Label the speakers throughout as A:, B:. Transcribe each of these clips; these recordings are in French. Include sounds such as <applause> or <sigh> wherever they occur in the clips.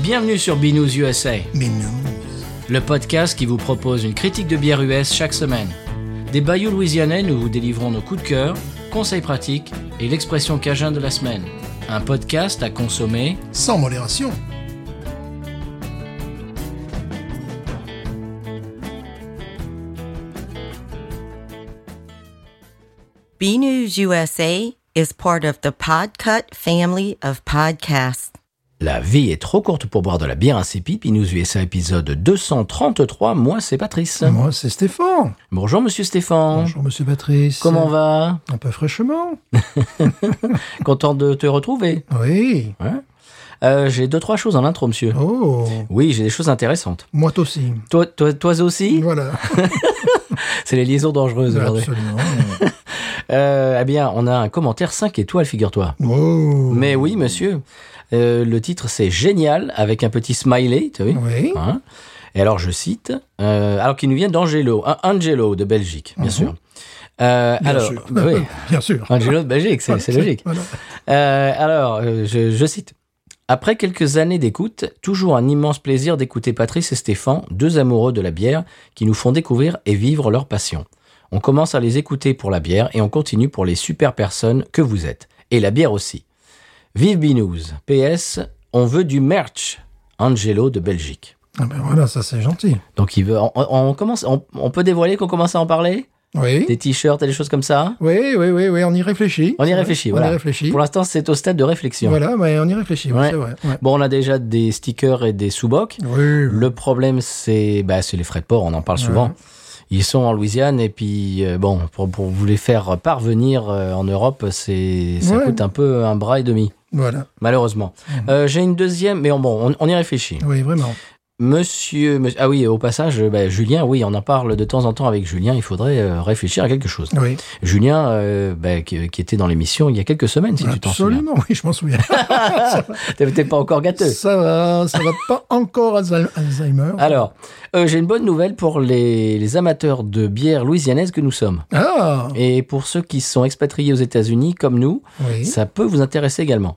A: Bienvenue sur Binous USA,
B: Mais non.
A: le podcast qui vous propose une critique de bière US chaque semaine. Des bayous louisianais, nous vous délivrons nos coups de cœur, conseils pratiques et l'expression cajun de la semaine. Un podcast à consommer.
B: Sans modération.
C: B News USA is part of the Podcut family of podcasts.
A: La vie est trop courte pour boire de la bière insipide. Binous USA épisode 233. Moi, c'est Patrice.
B: Moi, c'est Stéphane.
A: Bonjour, monsieur Stéphane.
B: Bonjour, monsieur Patrice.
A: Comment on va
B: Un peu fraîchement.
A: Content de te retrouver.
B: Oui.
A: Euh, j'ai deux, trois choses en intro, monsieur.
B: Oh.
A: Oui, j'ai des choses intéressantes.
B: Moi aussi.
A: Toi, toi, toi aussi
B: Voilà.
A: C'est les liaisons dangereuses aujourd'hui.
B: Absolument.
A: <laughs> Euh, eh bien, on a un commentaire 5 étoiles, figure-toi.
B: oh.
A: Mais oui, monsieur. Euh, le titre, c'est Génial, avec un petit smiley, tu as vu
B: Oui.
A: Hein Et alors, je cite, euh, alors qu'il nous vient d'Angelo, un Angelo de Belgique, bien sûr. Euh,
B: Mhm. Bien
A: alors,
B: sûr.
A: bah
B: <laughs>
A: oui,
B: Bien sûr.
A: Angelo de Belgique, c'est c'est logique.
B: Voilà.
A: Euh, alors, euh, je, je cite. Après quelques années d'écoute, toujours un immense plaisir d'écouter Patrice et Stéphane, deux amoureux de la bière, qui nous font découvrir et vivre leur passion. On commence à les écouter pour la bière et on continue pour les super personnes que vous êtes. Et la bière aussi. Vive Binous. PS, on veut du merch. Angelo de Belgique.
B: Ah ben voilà, ça c'est gentil.
A: Donc il veut. On, on- on commence. On, on peut dévoiler qu'on commence à en parler
B: Oui.
A: Des t-shirts et des choses comme ça
B: Oui, oui, oui, oui, on y réfléchit.
A: On y réfléchit,
B: on
A: voilà.
B: y réfléchit.
A: Pour l'instant, c'est au stade de réflexion.
B: Voilà, mais on y réfléchit, oui,
A: Ouais.
B: c'est vrai. ouais.
A: Bon, on a déjà des stickers et des sous-bocs.
B: Oui.
A: Le problème, c'est bah, c'est les frais de port, on en parle souvent. Ils sont en Louisiane et puis, euh, bon, pour, pour vous les faire parvenir euh, en Europe, c'est ça
B: Ouais.
A: coûte un peu un bras et demi,
B: Voilà.
A: malheureusement. Euh, J'ai une deuxième, mais on- bon, on, on y réfléchit.
B: Oui, vraiment.
A: Monsieur, monsieur- ah oui, au passage, bah, Julien, oui, on en parle de temps en temps avec Julien, il faudrait euh, réfléchir à quelque chose.
B: Oui.
A: Julien, euh, bah, qui, qui était dans l'émission il y a quelques semaines, si tu t'en souviens.
B: Absolument, oui, je
A: <laughs>
B: m'en souviens.
A: T'es t'es pas encore gâteux.
B: ça va, ça va pas encore Alzheimer- Alzheimer.
A: Alors, euh, j'ai une bonne nouvelle pour les, les amateurs de bière louisianaise que nous sommes.
B: Ah,
A: Et pour ceux qui sont expatriés aux États-Unis, comme nous,
B: oui.
A: ça peut vous intéresser également.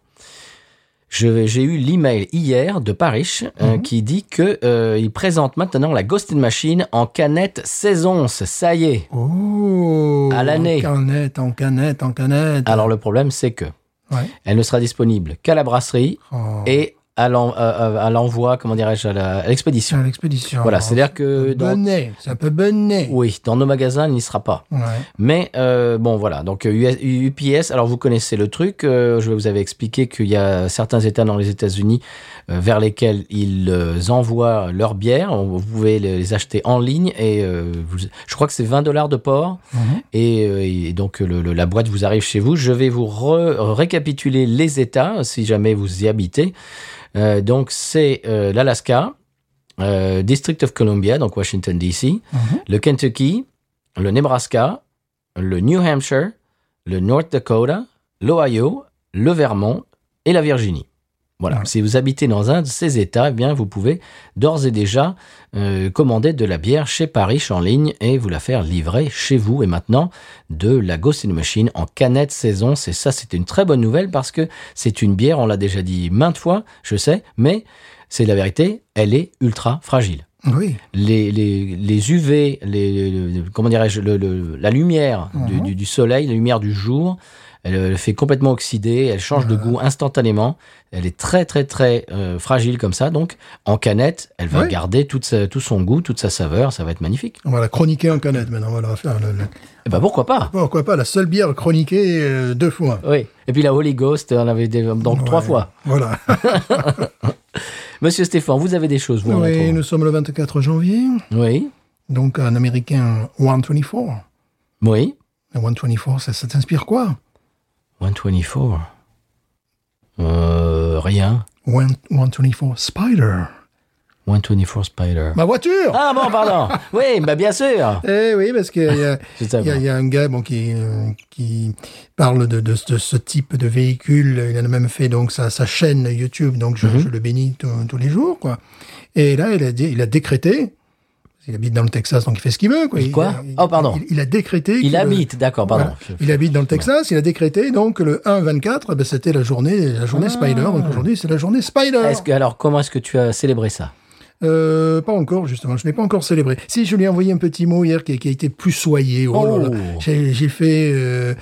A: Je vais- J'ai eu l'email hier de Parish euh,
B: Mhm.
A: qui dit que euh, il présente maintenant la Ghosted Machine en canette 16 onces. Ça y est.
B: Oh
A: À l'année.
B: En canette, en canette, en canette.
A: Alors le problème, c'est que
B: Ouais.
A: elle ne sera disponible qu'à la brasserie
B: Oh.
A: et à l'en- euh, à l'envoi, comment dirais-je, à la- à
B: C'est
A: l'expédition.
B: à l'expédition.
A: Voilà,
B: Alors,
A: c'est-à-dire que dans,
B: Bonnet, c'est un peu bonnet.
A: oui, dans nos magasins, il n'y sera pas.
B: Ouais.
A: Mais euh, bon, voilà. Donc euh, US UPS, alors vous connaissez le truc. euh, je vous avais expliqué qu'il y a certains États dans les États-Unis euh, vers lesquels ils euh, envoient leur bière. On- Vous pouvez les les acheter en ligne et euh, vous- je crois que c'est 20 dollars de port.
B: Mhm.
A: Et, euh, et donc le- le- la boîte vous arrive chez vous. Je vais vous re- récapituler les États si jamais vous y habitez. Euh, donc c'est euh, l'Alaska, euh, District of Columbia, donc Washington DC,
B: Mhm.
A: le Kentucky, le Nebraska, le New Hampshire, le North Dakota, l'Ohio, le Vermont et la Virginie. Voilà.
B: Ouais.
A: Si vous habitez dans un de ces États, eh bien vous pouvez d'ores et déjà euh, commander de la bière chez Paris en ligne et vous la faire livrer chez vous. Et maintenant, de la Ghost in the Machine en canette saison. C'est ça, c'est une très bonne nouvelle parce que c'est une bière, on l'a déjà dit maintes fois, je sais, mais c'est la vérité, elle est ultra fragile
B: Oui.
A: les, les, les UV, les, le- comment dirais-je, le- le- la lumière du,
B: Mhm.
A: du- du soleil, la lumière du jour, elle euh, fait complètement oxyder, elle change de
B: Euh.
A: goût instantanément, elle est très très très euh, fragile comme ça, donc en canette, elle va
B: Ouais.
A: garder toute sa- tout son goût, toute sa saveur, ça va être magnifique.
B: On va la chroniquer en canette maintenant. On va la faire le- le-
A: Et ben pourquoi pas
B: Pourquoi pas la seule bière chroniquée euh, deux fois.
A: Oui, et puis la Holy Ghost, on avait des- donc trois
B: Ouais.
A: fois.
B: Voilà.
A: Monsieur Stéphane, vous avez des choses, vous en
B: oui,
A: intro.
B: nous sommes le 24 janvier.
A: Oui,
B: Donc, un américain 124.
A: oui,
B: Le 124, ça, ça t'inspire quoi
A: 124. Euh, rien.
B: One- 124 Spider.
A: 124 Spider.
B: Ma voiture
A: Ah bon, pardon. Oui, bah bien sûr.
B: Eh oui, parce qu'il y a,
A: C'est ça,
B: il y a-
A: bon.
B: il y a un gars bon, qui, euh, qui parle de, de, de ce type de véhicule. Il en a même fait donc sa, sa chaîne
A: Mhm.
B: YouTube, donc je, je le bénis tous- tous les jours. Quoi. Et là, il a, dit- il a décrété, Il habite dans le Texas, donc il fait ce qu'il veut. Quoi.
A: Il quoi
B: il-
A: Oh, pardon.
B: Il, il a décrété.
A: Il
B: que-
A: habite, d'accord, pardon.
B: euh, Voilà. Il habite dans le Texas, il a décrété donc le 1-24, ben, c'était la journée, la journée Spider. Donc aujourd'hui, c'est la journée Spider.
A: Ah. Est-ce que, alors, comment est-ce que tu as célébré ça
B: Euh, pas encore, justement. Je n'ai pas encore célébré. Si, je lui ai envoyé un petit mot hier qui, qui a été plus soyé. Oh là là.
A: Oh.
B: J'ai j'ai fait euh,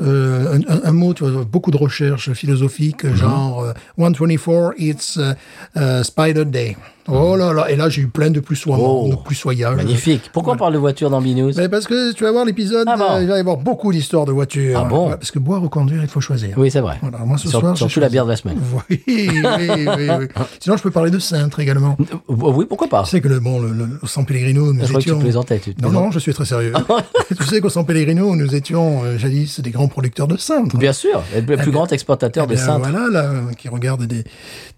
B: euh, un- un, un mot, tu vois, beaucoup de recherches philosophiques,
A: Mhm.
B: genre euh, 124, it's euh, euh, Spider Day. Oh là là. Et là, j'ai eu plein de plus soiements,
A: Mhm. Oh.
B: de plus soyages.
A: Magnifique. Pourquoi on parle de voiture dans Binous
B: Euh, Mais parce que tu vas voir l'épisode,
A: Ah bon.
B: euh, il va y avoir beaucoup d'histoires de voitures.
A: Ah bon
B: Ouais, parce que boire ou conduire, il faut choisir.
A: Oui, c'est vrai.
B: Voilà, moi, ce
A: Sur-
B: soir, j'ai
A: surtout la
B: choisi.
A: bière de la semaine.
B: <laughs> Oui, oui, oui,
A: <laughs>
B: oui. Sinon, je peux parler de cintre également.
A: Oh, Oui, pourquoi pas
B: Tu sais que le, bon, le, le- au San Pellegrino, nous
A: Je croyais que
B: étions...
A: tu plaisantais. Tu-
B: Non,
A: plaisantais.
B: non, je suis très sérieux.
A: Ah
B: <laughs> tu sais qu'au San Pellegrino, nous étions, euh, jadis, des grands producteurs de cintres.
A: Bien sûr, le plus grand exportateur de
B: Eh bien,
A: cintres.
B: Voilà, là, qui regarde des,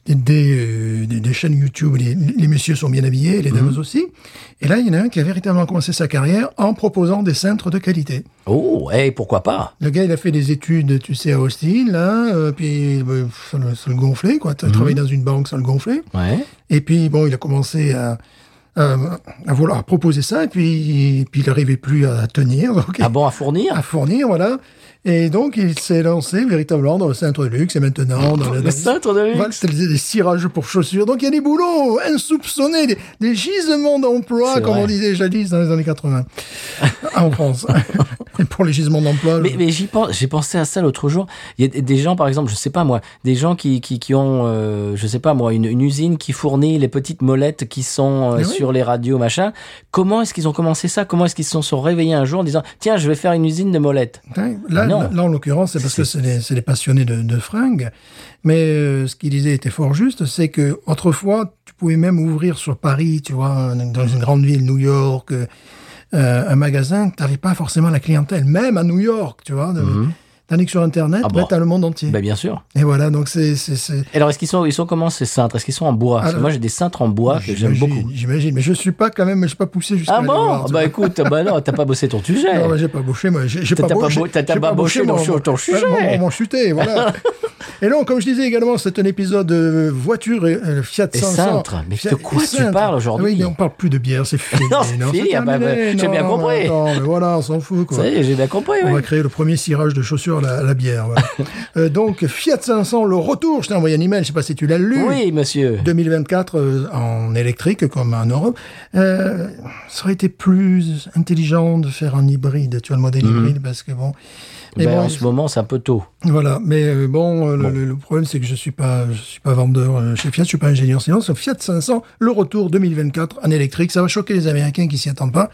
B: des, des, euh, des- des chaînes YouTube. Les, les messieurs sont bien habillés, les
A: Mhm.
B: dames aussi. Et là, il y en a un qui a véritablement commencé sa carrière en proposant des cintres de qualité.
A: Oh, hey, pourquoi pas
B: Le gars, il a fait des études, tu sais, à Austin, là, euh, puis euh, ça, le, ça le gonflait, quoi.
A: Mhm.
B: Tu travaillé dans une banque, ça le gonflait.
A: Ouais.
B: Et puis, bon, il a commencé à, à, à vouloir à proposer ça, et puis, puis il n'arrivait plus à tenir, donc,
A: Ah bon, à fournir
B: à fournir, voilà. Et donc, il s'est lancé véritablement dans le centre de luxe, et maintenant dans le...
A: Le cintre de luxe.
B: Voilà, c'était des des cirages pour chaussures. Donc, il y a des boulots insoupçonnés, des, des gisements d'emploi,
A: C'est
B: comme
A: vrai.
B: on disait jadis dans les années 80,
A: <laughs>
B: en France. et pour les gisements d'emploi... je-
A: Mais, mais j'y pense, j'ai pensé à ça l'autre jour. Il y a des- des gens, par exemple, je sais pas moi, des gens qui, qui, qui ont, euh, je sais pas moi, une, une usine qui fournit les petites molettes qui sont euh,
B: Mais oui.
A: sur les radios, machin. Comment est-ce qu'ils ont commencé ça Comment est-ce qu'ils se sont réveillés un jour en disant Tiens, je vais faire une usine de molettes
B: Ouais, Hein, Là,
A: Bah Non.
B: là, là, en l'occurrence, c'est parce que c'est des, c'est des passionnés de, de fringues. Mais euh, ce qu'il disait était fort juste, c'est que autrefois, tu pouvais même ouvrir sur Paris, tu vois, un- dans une grande ville, New York, euh, euh, un magasin, tu n'avais pas forcément la clientèle, même à New York, tu vois. de- Tandis que sur Internet,
A: Mhm. Ah
B: bah,
A: bon.
B: t'as le monde entier.
A: Ben bien sûr.
B: Et voilà, donc c'est... c'est- c'est-
A: Alors est-ce qu'ils sont, ils sont comment ces cintres Est-ce qu'ils sont en bois Parce que
B: Alors-
A: Moi j'ai des cintres en bois que j'aime
B: J'imagine,
A: beaucoup.
B: J'imagine, mais je suis pas quand même, je suis pas poussé jusqu'à...
A: Ah
B: aller
A: bon
B: voir, tu
A: Bah
B: vois.
A: écoute, bah non, t'as pas bossé ton sujet.
B: Non, mais j'ai pas bouché, moi. J'ai j'ai
A: T'as-
B: pas,
A: t'as pas
B: bouché.
A: bou- t'as- t'as
B: j'ai
A: pas bouché
B: mon-
A: dans le- ton
B: mon-
A: sujet.
B: Mon, mon
A: <laughs>
B: chuté, voilà. et donc, comme je disais également, c'est un épisode euh, voiture et euh, Fiat
A: Et
B: 500.
A: cintre. Mais
B: Fiat-
A: de quoi
B: et
A: tu
B: cintre.
A: parles aujourd'hui
B: Oui, mais on parle plus de bière, c'est fini.
A: <laughs> Non, c'est fini, ah bah, bah,
B: terminé.
A: j'ai
B: Non,
A: bien
B: non, mais
A: compris.
B: attends, mais voilà, on s'en fout, quoi.
A: Ça y est, j'ai bien compris.
B: On
A: oui.
B: va créer le premier cirage de chaussures à la, à la bière.
A: <laughs>
B: voilà. Euh, donc, Fiat 500, le retour. Je t'ai envoyé un email, je sais pas si tu l'as lu.
A: Oui, monsieur.
B: 2024 euh, en électrique comme en Europe, euh, ça aurait été plus intelligent de faire un hybride, tu vois le modèle hybride, parce que bon, mais
A: Mhm. Ben,
B: bon,
A: en ce moment, c'est un peu tôt.
B: voilà, mais euh, bon, euh, le- Le, le problème c'est que je suis pas, je suis pas vendeur euh, chez Fiat, je suis pas ingénieur silence. Fiat 500, le retour 2024 en électrique, ça va choquer les Américains qui s'y attendent pas.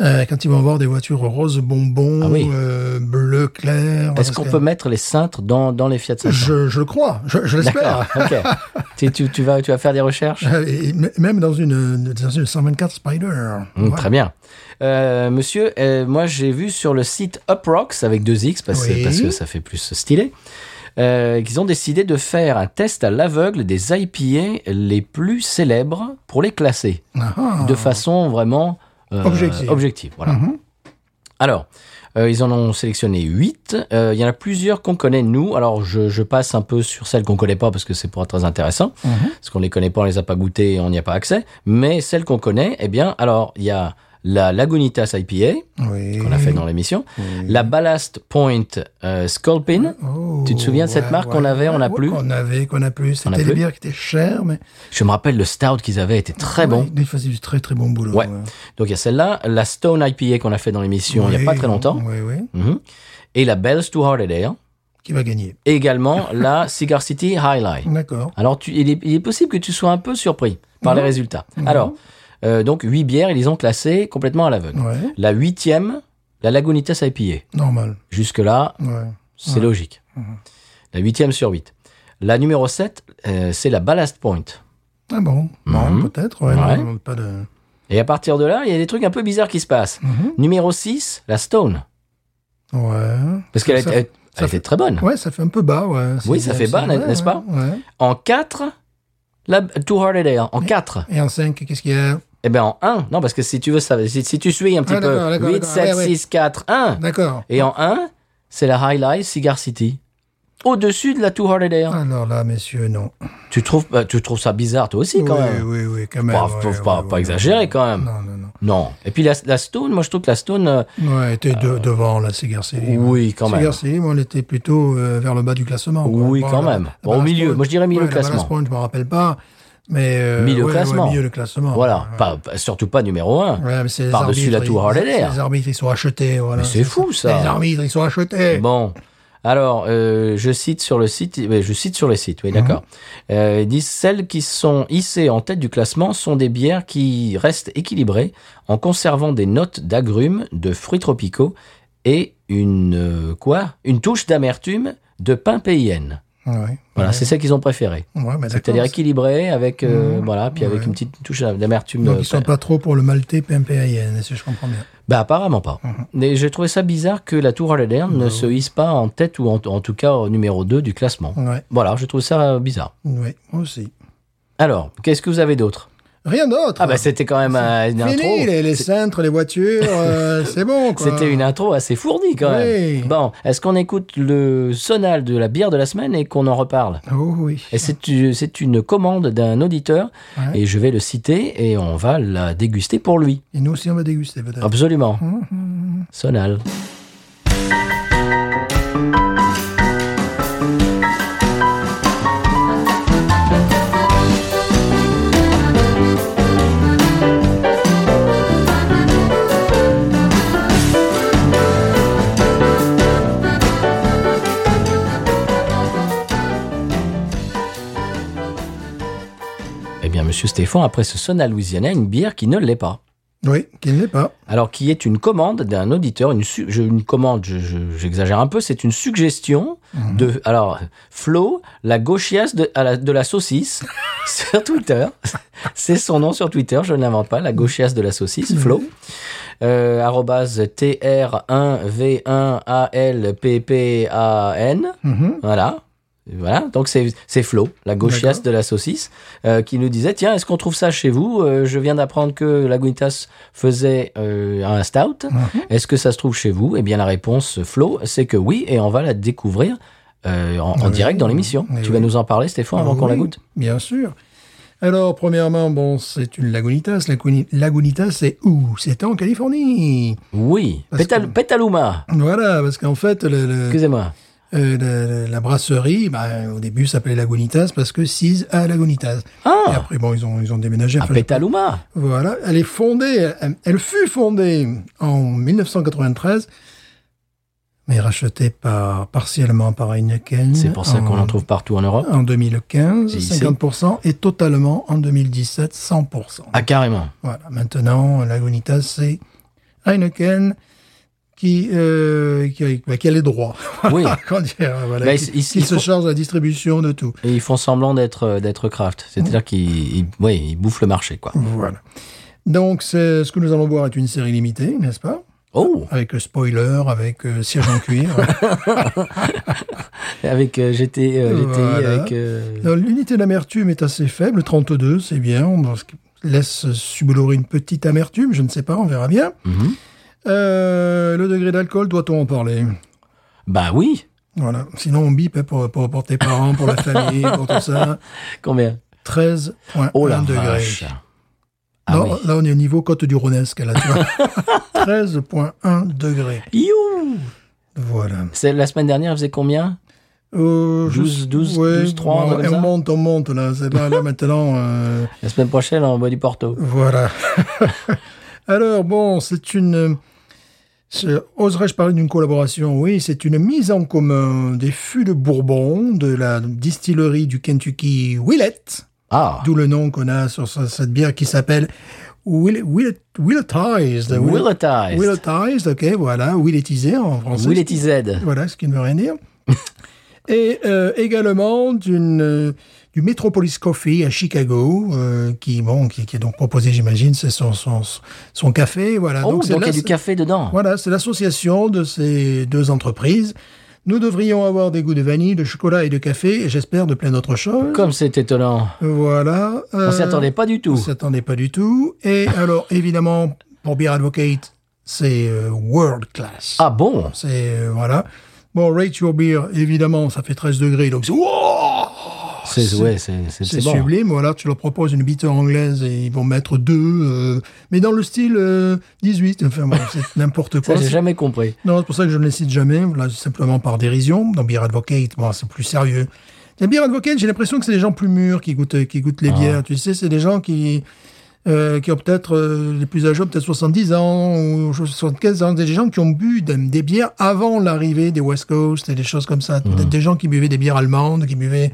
B: euh, quand ils vont avoir des voitures roses bonbons,
A: Ah oui.
B: euh, bleu clair.
A: Est-ce
B: parce
A: qu'on
B: que-
A: peut mettre les cintres dans, dans les Fiat 500
B: Je, je le crois, je, je
A: D'accord,
B: l'espère.
A: ok. tu, tu, tu vas, tu vas faire des recherches
B: Euh, Et m- même dans une, dans une 124 Spider.
A: Hum,
B: Voilà.
A: Très bien. Euh, monsieur, euh, moi j'ai vu sur le site UpRocks avec deux X parce,
B: Oui.
A: parce que ça fait plus stylé euh, qu'ils ont décidé de faire un test à l'aveugle des IPA les plus célèbres pour les classer
B: Ah,
A: de façon vraiment euh,
B: Objective. Mhm.
A: objective, voilà. Alors, euh, ils en ont sélectionné 8. Euh, Il y en a plusieurs qu'on connaît, nous. Alors, je, je passe un peu sur celles qu'on connaît pas parce que c'est pas très intéressant.
B: Mhm.
A: Parce qu'on les connaît pas, on les a pas goûtées, on n'y a pas accès. Mais celles qu'on connaît, eh bien, alors, il y a la Lagunitas IPA,
B: oui.
A: qu'on a fait dans l'émission. La Ballast Point euh, Sculpin.
B: Oh,
A: Tu te souviens de cette
B: ouais,
A: marque qu'on
B: ouais,
A: avait, on n'a
B: ouais,
A: plus
B: Qu'on avait, qu'on n'a plus.
A: On n'a
B: C'était des
A: plus.
B: bières qui étaient chères, mais.
A: Je me rappelle le stout qu'ils avaient était très bon.
B: Ouais, Ils faisaient du très très bon boulot.
A: Ouais. Donc, il y a celle-là. La Stone IPA qu'on a fait dans l'émission il y a pas très longtemps.
B: Oui, oui.
A: Mhm. Et la Bells to Hard Ale.
B: Qui va gagner.
A: Et
B: <laughs>
A: également la Cigar City Highlight.
B: D'accord.
A: Alors, tu- il, est, il est possible que tu sois un peu surpris par les
B: Mhm.
A: résultats. Alors, euh, donc, 8 bières, ils les ont classées complètement à l'aveugle.
B: Ouais.
A: La huitième, la Lagunitas IPA.
B: Normal.
A: Jusque-là,
B: Ouais. Mhm.
A: c'est logique. La huitième sur 8. La numéro 7, c'est la Ballast Point.
B: Ah bon. Bon,
A: Mhm.
B: peut-être. Ouais.
A: Ouais.
B: non, pas de.
A: Et à partir de là, il y a des trucs un peu bizarres qui se passent.
B: Mhm.
A: Numéro 6, la Stone.
B: Ouais.
A: Parce qu'elle
B: Ça-
A: était, elle
B: ça
A: était
B: fait-
A: très bonne.
B: Ouais, ça fait un peu bas, ouais.
A: Oui,
B: C'est-
A: ça fait
B: c'est-
A: bas, n'est-ce
B: ouais,
A: pas
B: Ouais.
A: En 4, la Too Hard Ale. En 4.
B: Et en 5, qu'est-ce qu'il y a
A: Eh ben en 1, non, parce que si tu veux, ça, si, si tu suis un petit
B: Ah, d'accord,
A: peu,
B: d'accord,
A: 8,
B: d'accord.
A: 7,
B: Ouais, ouais.
A: 6, 4, 1.
B: D'accord.
A: Et en 1, c'est la Highlight Cigar City. Au-dessus de la Two Hearted Air.
B: Alors là, messieurs, non.
A: Tu, trouves, bah, tu trouves ça bizarre, toi aussi, quand
B: oui,
A: même.
B: oui, oui, quand même.
A: Bah,
B: ouais,
A: faut
B: ouais,
A: pas,
B: ouais,
A: pas
B: ouais.
A: exagérer, quand même.
B: Non, non, non.
A: Non. Et puis la, la Stone, moi je trouve que la Stone, euh,
B: Ouais, elle était de- devant la Cigar City.
A: Oui, quand même.
B: Cigar City, moi, elle était plutôt euh, vers le bas du classement. quoi.
A: Oui,
B: Bon,
A: quand
B: la-
A: même.
B: la
A: Bon, au
B: Ballast
A: milieu.
B: Point-
A: Moi, je dirais milieu
B: ouais,
A: de
B: la Ballast
A: classement.
B: Point, je me rappelle pas, mais euh,
A: Milieu de
B: ouais, ouais,
A: classement.
B: milieu de classement.
A: voilà,
B: Ouais.
A: pas- pas- surtout pas numéro un.
B: Ouais, mais c'est les
A: Par-dessus la
B: arbitres,
A: Tour
B: ils-
A: Hardelaire.
B: Les arbitres, ils sont achetés. Voilà.
A: Mais c'est fou, ça.
B: Les arbitres, ils sont achetés.
A: <laughs> Bon. Alors, euh, je cite sur le site, euh, je cite sur les sites,
B: Mhm.
A: oui, d'accord. Euh, ils disent celles qui sont hissées en tête du classement sont des bières qui restent équilibrées en conservant des notes d'agrumes, de fruits tropicaux et une euh, quoi Une touche d'amertume de pain payenne.
B: Ouais.
A: Voilà,
B: Ouais.
A: c'est ça qu'ils ont préféré.
B: Ouais, mais
A: C'est-à-dire
B: d'accord.
A: équilibré avec euh,
B: Mhm.
A: voilà, puis avec
B: Ouais.
A: une petite touche d'amertume.
B: Donc,
A: euh,
B: ils sont pas trop pour le maltais PMPIN, si je comprends bien.
A: Bah apparemment pas.
B: Mhm.
A: Mais j'ai trouvé ça bizarre que la Tour Holiday
B: Bah
A: ne se hisse pas en tête ou en, en tout cas au numéro 2 du classement.
B: Ouais.
A: Voilà, je trouve ça euh, bizarre.
B: Oui, moi aussi.
A: Alors, qu'est-ce que vous avez d'autre
B: Rien d'autre.
A: Ah bah c'était quand même euh, une intro.
B: Fini, les, les cintres,
A: <laughs>
B: les voitures, euh, c'est bon, quoi.
A: C'était une intro assez fournie quand
B: Oui.
A: même. Bon, est-ce qu'on écoute le sonal de la bière de la semaine et qu'on en reparle
B: Oh oui.
A: Et c'est une- c'est une commande d'un auditeur
B: Ouais.
A: et je vais le citer et on va la déguster pour lui.
B: Et nous aussi, on va déguster,
A: Ah
B: peut-être.
A: Absolument. Sonal. Eh bien, Monsieur Stéphane, après ce Sonal Louisiana, une bière qui ne l'est pas.
B: Oui, qu'il n'est pas.
A: Alors, qui est une commande d'un auditeur, une, su- je- une commande, je- je- j'exagère un peu, c'est une suggestion de, alors, Flo, la gauchiasse de, à la- de la saucisse, <laughs> sur Twitter. C'est son nom sur Twitter, je ne l'invente pas, la gauchiasse de la saucisse, Flo. Euh, arrobase TR1V1ALPPAN.
B: Mhm.
A: Voilà. Voilà, donc c'est c'est Flo, la gauchiasse de la saucisse, euh, qui nous disait Tiens, est-ce qu'on trouve ça chez vous Euh, Je viens d'apprendre que la Guintas faisait euh, un stout. Est-ce que ça se trouve chez vous Eh bien, la réponse, Flo, c'est que oui, et on va la découvrir euh, en, en
B: Oui,
A: direct dans l'émission.
B: oui,
A: Tu
B: oui.
A: vas nous en parler, Stéphane, avant
B: Ah
A: qu'on la
B: oui,
A: goûte
B: Bien sûr. Alors, premièrement, bon, c'est une Lagunitas. Laguni- Lagunitas, c'est où C'est en Californie.
A: Oui,
B: Parce
A: Pétal-
B: que-
A: Pétaluma,
B: Voilà, parce qu'en fait, le, le-
A: excusez-moi.
B: euh, la, la brasserie, bah, au début, s'appelait Lagunitas parce que 6 à Lagunitas.
A: Ah.
B: Et après, bon, ils ont, ils ont déménagé.
A: À
B: Enfin,
A: Pétaluma
B: Voilà, elle est fondée, elle, elle fut fondée en 1993, mais rachetée par, partiellement par Heineken.
A: C'est pour ça qu'on
B: en-
A: en trouve partout en Europe.
B: En 2015,
A: Et ici
B: 50%, et totalement en 2017, 100%.
A: Ah, carrément.
B: Voilà, maintenant, Lagunitas, c'est Heineken qui, euh, qui, bah, qui a les droits. <laughs>
A: Oui. Bah,
B: Comment dire, voilà,
A: Mais
B: qui,
A: ils- ils-
B: qui
A: ils
B: se
A: font-
B: charge de la distribution de tout.
A: Et ils font semblant d'être euh, d'être craft. C'est-à-dire qu'ils ils- oui, ils bouffent le marché, quoi.
B: Voilà. Donc, c'est- ce que nous allons boire est une série limitée, n'est-ce pas
A: Oh
B: Avec euh, spoiler, avec euh, siège en
A: <laughs>
B: cuir.
A: Avec euh, GT, euh, GTI,
B: Voilà.
A: avec... euh,
B: Alors, L'unité d'amertume est assez faible, 32, c'est bien. On ce qui laisse subolorer une petite amertume, je ne sais pas, on verra bien.
A: Mhm.
B: Euh, le degré d'alcool, doit-on en parler
A: Bah oui
B: Voilà. Sinon, on bip hein, pour, pour, pour tes parents, pour la famille, pour tout ça.
A: Combien
B: 13,1
A: Oh la vache
B: degrés.
A: Ah
B: là,
A: oui.
B: là, on est au niveau côte du Rhonesque, là, tu vois.
A: <laughs>
B: 13,1 degrés.
A: You
B: Voilà.
A: C'est- La semaine dernière, elle faisait combien
B: Euh, je-
A: 12, 12,
B: ouais,
A: 12, 3,
B: ouais,
A: comme ça
B: on monte, on monte, là. C'est
A: <laughs>
B: Là, là maintenant. euh,
A: La semaine prochaine, on boit du Porto.
B: Voilà. <laughs> Alors, bon, c'est une. euh, c'est- Oserais-je parler d'une collaboration Oui, c'est une mise en commun des fûts de Bourbon de la distillerie du Kentucky Willett,
A: Ah
B: d'où le nom qu'on a sur ce- cette bière qui s'appelle Will- Willett- Willettized.
A: Willetized.
B: Willettized, ok, voilà, Willettisé en français.
A: Willetized.
B: Voilà, ce qui ne veut rien dire. <laughs> Et euh, également d'une, euh, du Metropolis Coffee à Chicago, euh, qui, bon, qui, qui est donc proposé, j'imagine, c'est son, son, son café. Voilà.
A: Oh, donc
B: c'est
A: il y a
B: la-
A: du café dedans.
B: Voilà, c'est l'association de ces deux entreprises. Nous devrions avoir des goûts de vanille, de chocolat et de café, et j'espère de plein d'autres choses.
A: Comme c'est étonnant.
B: Voilà.
A: On
B: euh,
A: s'y attendait pas du
B: on
A: tout.
B: s'y attendait pas du tout. Et alors, <laughs> évidemment, pour Beer Advocate, c'est euh, world class.
A: Ah bon
B: Oh, C'est euh, voilà. Bon, rate your beer, évidemment, ça fait 13 degrés, donc c'est Wow
A: C'est ouais, c'est- c'est-
B: C'est
A: c'est bon.
B: sublime, voilà, tu leur proposes une bite anglaise et ils vont mettre deux, euh, mais dans le style euh, 18, enfin bon, <laughs> c'est n'importe
A: Ça,
B: quoi.
A: j'ai
B: C'est-
A: jamais compris.
B: Non, c'est pour ça que je ne les cite jamais, là, c'est simplement par dérision. Dans Beer Advocate, bon, c'est plus sérieux. Dans Beer Advocate, j'ai l'impression que c'est des gens plus mûrs qui goûtent, qui goûtent les bières, tu sais, c'est des gens qui, euh, qui ont peut-être, euh, les plus âgés ont peut-être 70 ans ou 75 ans, des gens qui ont bu des, des bières avant l'arrivée des West Coast et des choses comme ça. Des- Des gens qui buvaient des bières allemandes, qui buvaient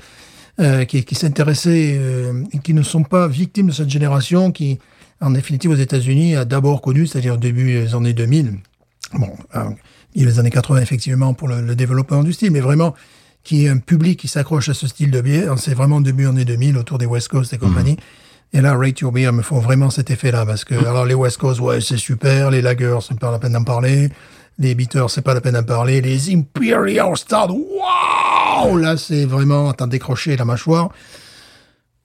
B: euh, qui, qui s'intéressaient, euh, et qui ne sont pas victimes de cette génération qui, en définitive, aux États-Unis, a d'abord connu, c'est-à-dire au début des années 2000, bon, euh, il y a les années 80 effectivement pour le, le développement du style, mais vraiment qui est un public qui s'accroche à ce style de bière, c'est vraiment début années 2000 autour des West Coast et compagnie. Et là, Rate Your Beer me font vraiment cet effet-là parce que alors les West Coast, ouais, c'est super, les lagers, c'est pas la peine d'en parler, les beaters, c'est pas la peine d'en parler, les Imperial Stout, waouh, là c'est vraiment attends décrocher la mâchoire.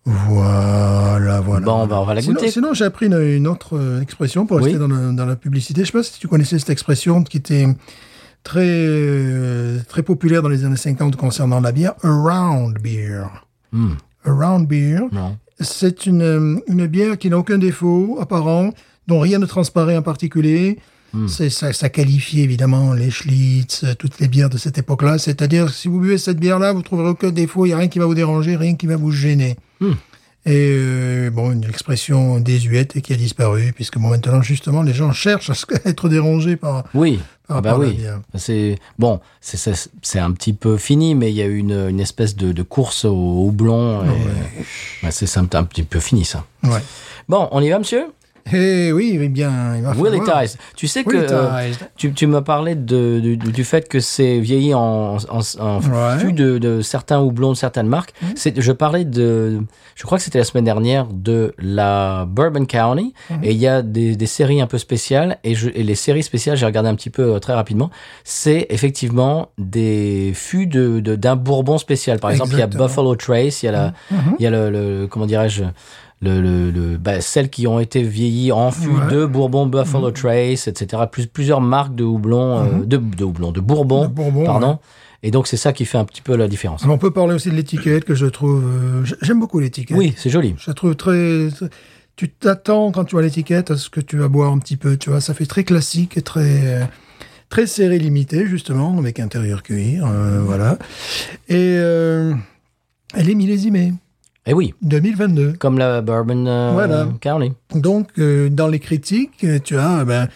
B: Voilà, voilà.
A: Bon, bah, on va la
B: Sinon-
A: goûter.
B: Sinon, j'ai appris une, une autre euh, expression pour rester
A: Oui.
B: dans, le- dans la publicité. Je sais pas si tu connaissais cette expression qui était très, euh, très populaire dans les années 50 concernant la bière, around beer.
A: Hmm,
B: Around beer,
A: non.
B: c'est une, euh, une bière qui n'a aucun défaut apparent, dont rien ne transparaît en particulier.
A: Hmm.
B: C'est, ça, ça qualifie évidemment les Schlitz, euh, toutes les bières de cette époque-là. C'est-à-dire, si vous buvez cette bière-là, vous trouverez aucun défaut, il n'y a rien qui va vous déranger, rien qui va vous gêner. Et euh, bon, une expression désuète et qui a disparu, puisque bon, maintenant, justement, les gens cherchent à se- <laughs> à être dérangés par,
A: Oui.
B: par
A: Ah
B: rapport
A: bah
B: à la
A: oui.
B: bière.
A: C'est bon, c'est- c'est c'est un petit peu fini, mais il y a eu une, une espèce de, de course au houblon.
B: Ah
A: et- Ouais, c'est ça, un petit peu fini ça.
B: Ouais.
A: Bon, on y va, monsieur.
B: Eh oui, eh bien, il va
A: Will
B: falloir-
A: it rise. Tu sais que
B: Will it
A: euh,
B: rise.
A: tu, tu m'as parlé de, du, du- du fait que c'est vieilli en, en, en
B: Ouais. Mhm.
A: fût de, de certains houblons de certaines marques. C'est- Je parlais de, je crois que c'était la semaine dernière, de la Bourbon County.
B: Mhm.
A: Et il y a des, des séries un peu spéciales. Et, je, et les séries spéciales, j'ai regardé un petit peu euh, très rapidement. C'est effectivement des fûts de, de- d'un bourbon spécial. Par exemple, il y a
B: Exactement. Mhm.
A: Buffalo Trace, il y a, la, il y a le, le- comment dirais-je, le, le, le- bah, celles qui ont été vieillies en fût
B: Ouais.
A: de Bourbon
B: Mm.
A: Buffalo Trace, etc. Plus, plusieurs marques de houblon, euh, de, de houblon, de bourbon,
B: Mm-hmm. De Bourbon,
A: pardon.
B: ouais. Ah,
A: Et donc c'est ça qui fait un petit peu la différence.
B: Alors, on peut parler aussi de l'étiquette que je trouve. euh, j- J'aime beaucoup l'étiquette.
A: Oui, c'est joli.
B: Je la trouve très. très- Tu t'attends quand tu vois l'étiquette à ce que tu vas boire un petit peu. Tu vois, ça fait très classique et très. euh, Très serré, limité, justement, avec intérieur cuir, euh, voilà. Et euh, elle est millésimée,
A: Et Eh oui,
B: 2022.
A: comme la Bourbon euh,
B: Voilà.
A: County.
B: Donc, euh, dans les critiques, euh, tu as euh, ben,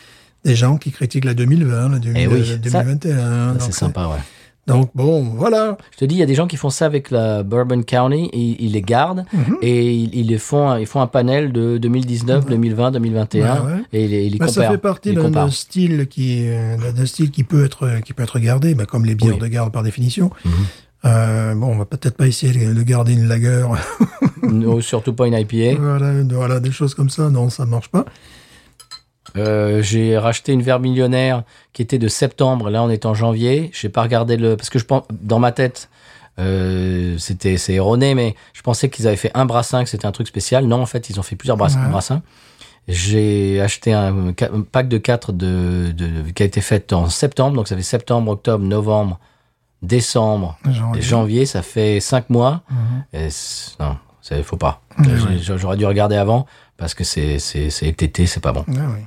B: des gens qui critiquent la 2020, la euh, 2000,
A: Eh oui,
B: la
A: ça-
B: 2021.
A: C'est
B: donc,
A: sympa, ouais.
B: euh, Donc, bon, voilà.
A: Je te dis, il y a des gens qui font ça avec la Bourbon County, et ils les gardent
B: Mhm.
A: et ils, ils les font, ils font un panel de 2019, 2020, 2021
B: Ouais, ouais.
A: et ils, les- ils les
B: Ben,
A: comparent.
B: ça fait partie
A: Ils
B: d'un
A: comparent.
B: d'un style qui euh, d'un d'un style qui peut être qui peut être gardé, ben, comme les bières
A: Oui. Mhm.
B: de garde par définition. Euh, bon, on va peut-être pas essayer de de garder une lager, <laughs>
A: Non, surtout pas une IPA.
B: voilà, de- voilà, des choses comme ça. Non, ça marche pas.
A: Euh, j'ai racheté une verre millionnaire qui était de septembre. Là, on est en janvier. J'ai pas regardé le parce que je pense dans ma tête. euh, c'était c'est erroné mais je pensais qu'ils avaient fait un brassin que c'était un truc spécial non en fait ils ont fait plusieurs brass-
B: Ouais.
A: brassins j'ai acheté un, ca- un pack de 4 de, de- qui a été fait en septembre donc ça fait septembre octobre novembre décembre
B: Genre,
A: et janvier ça fait 5 mois
B: Mhm.
A: et c'est- non ça faut pas
B: Ouais,
A: J'ai-
B: ouais.
A: j'aurais dû regarder avant parce que c'est c'est c'est TT c'est pas bon
B: Ah oui.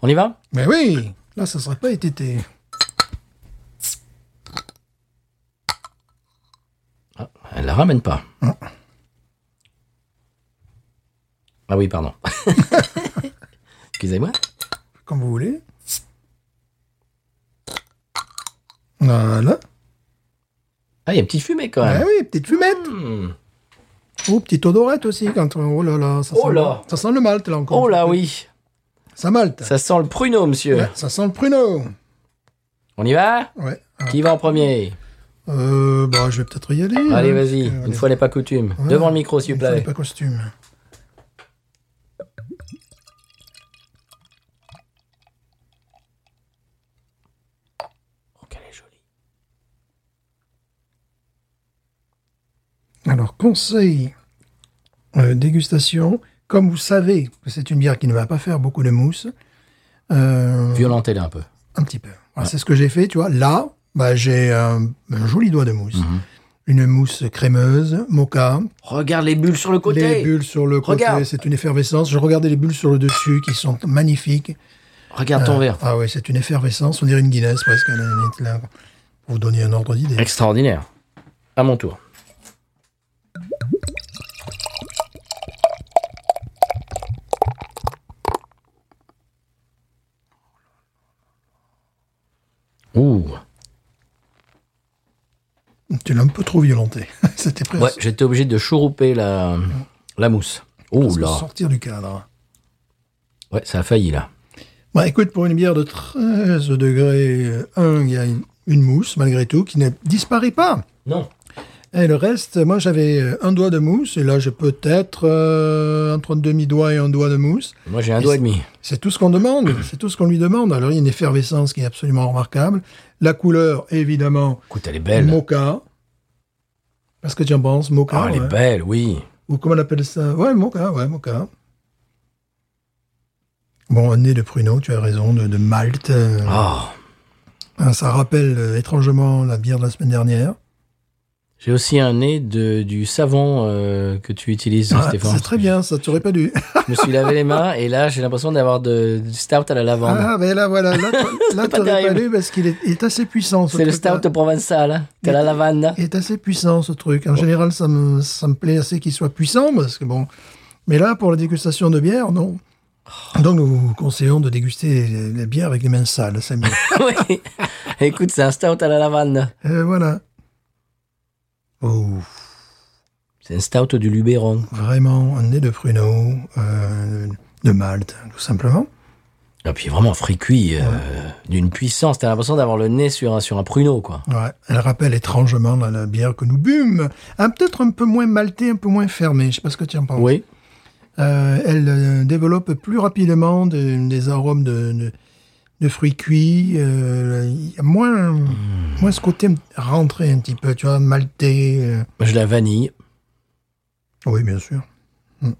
A: on y va
B: Mais oui, là, ça serait pas été.
A: Elle la ramène pas.
B: Mm.
A: Ah oui,
B: <laughs>
A: pardon. Excusez-moi.
B: comme vous voulez. Voilà.
A: Ah, il y a une petite fumée quand
B: Ah
A: même.
B: oui, petite fumette.
A: Hmm.
B: Ou petite odorette aussi. Quand on- Oh là là, ça,
A: Oh
B: sent,
A: là.
B: ça sent le malte là encore.
A: Oh là oui,
B: Ça malte.
A: ça sent le pruneau, monsieur.
B: Ouais, ça sent le pruneau.
A: On y va
B: Ouais.
A: Qui va en premier
B: Euh, bah, je vais peut-être y aller.
A: Allez, vas-y,
B: hein, parce que,
A: une
B: allez,
A: fois n'est pas coutume.
B: voilà.
A: Devant le micro, s'il
B: Une
A: vous
B: fois,
A: plaît.
B: n'est pas costume.
A: Oh, qu'elle est jolie.
B: Alors, conseil euh, dégustation. Comme vous savez que c'est une bière qui ne va pas faire beaucoup de mousse, euh,
A: Violentez-la un peu.
B: euh,
A: Mhm.
B: un petit peu. Voilà, C'est ce que j'ai fait, tu vois. Là, bah, j'ai un, un joli doigt de mousse. une mousse crémeuse, mocha.
A: Regarde les bulles sur le côté.
B: Les bulles sur le côté,
A: Regarde.
B: c'est une effervescence. Je regardais les bulles sur le dessus qui sont magnifiques.
A: Regarde ton
B: Euh,
A: verre.
B: Ah oui, c'est une effervescence. On dirait une Guinness presque à la limite, là, pour vous donner un ordre d'idée.
A: Extraordinaire. À mon tour. Ouh.
B: Tu l'as un peu trop violenté. <laughs> C'était presque
A: Ouais, j'étais obligé de chourouper la, la mousse. Ouh
B: presque
A: là.
B: sortir du cadre.
A: Ouais, ça a failli là.
B: Bon, écoute, pour une bière de 13 degrés 1, il y a une, une mousse malgré tout qui ne disparaît pas.
A: Non.
B: Et le reste, moi j'avais euh, un doigt de mousse et là j'ai peut-être euh, entre un demi-doigt et un doigt de mousse.
A: Moi j'ai un
B: Mais
A: doigt et
B: c'est-
A: demi.
B: C'est tout ce
A: <coughs>
B: qu'on demande, c'est tout ce qu'on lui demande. Alors il y a une effervescence qui est absolument remarquable. La couleur, évidemment,
A: Écoute, elle est belle.
B: mocha. Parce que tu en penses, mocha.
A: Ah, elle
B: ouais.
A: est belle, oui.
B: Ou comment on appelle ça Ouais, mocha, ouais, mocha. Bon, un nez de pruneau, tu as raison, de, de malt. euh,
A: Ah.
B: hein, Ça rappelle euh, étrangement la bière de la semaine dernière.
A: J'ai aussi un nez de, du savon euh, que tu utilises,
B: Ah,
A: Stéphane.
B: c'est très bien, ça t'aurais pas dû.
A: Je me suis lavé les mains et là j'ai l'impression d'avoir de, du stout à la lavande.
B: Ah, mais là,
A: <laughs>
B: voilà, là, tu
A: pas
B: t'aurais pas
A: terrible.
B: dû parce qu'il est, il est assez puissant. ce
A: c'est le
B: truc-là.
A: stout provençal, hein, de la
B: <laughs>
A: lavande.
B: Il est assez puissant, ce truc.
A: Oh.
B: En général, ça me, ça me plaît assez qu'il soit puissant parce que bon. Mais là, pour la dégustation de bière, non.
A: Oh.
B: Donc, nous vous conseillons de déguster la bière avec les mains sales,
A: <laughs>
B: c'est mieux.
A: oui. Écoute, c'est un stout à la lavande.
B: Euh, voilà. Oh,
A: C'est un stout du Luberon.
B: vraiment un nez de pruneau, euh, de Malte, tout simplement.
A: Et Ah, puis vraiment frit cuit, euh, d'une puissance. T'as l'impression d'avoir le nez sur un, sur un pruneau, quoi.
B: Ouais, elle rappelle étrangement la, la bière que nous bûmes. Ah, peut-être un peu moins maltée, un peu moins fermée. Je sais pas ce que tu en penses.
A: Oui.
B: Euh, elle euh, développe plus rapidement de- des arômes de, de, de fruits cuits. euh, il y a moins,
A: Hmm.
B: moins ce côté rentré un petit peu, tu vois, maltais. euh.
A: Je la vanille.
B: Oui, bien sûr. Mm.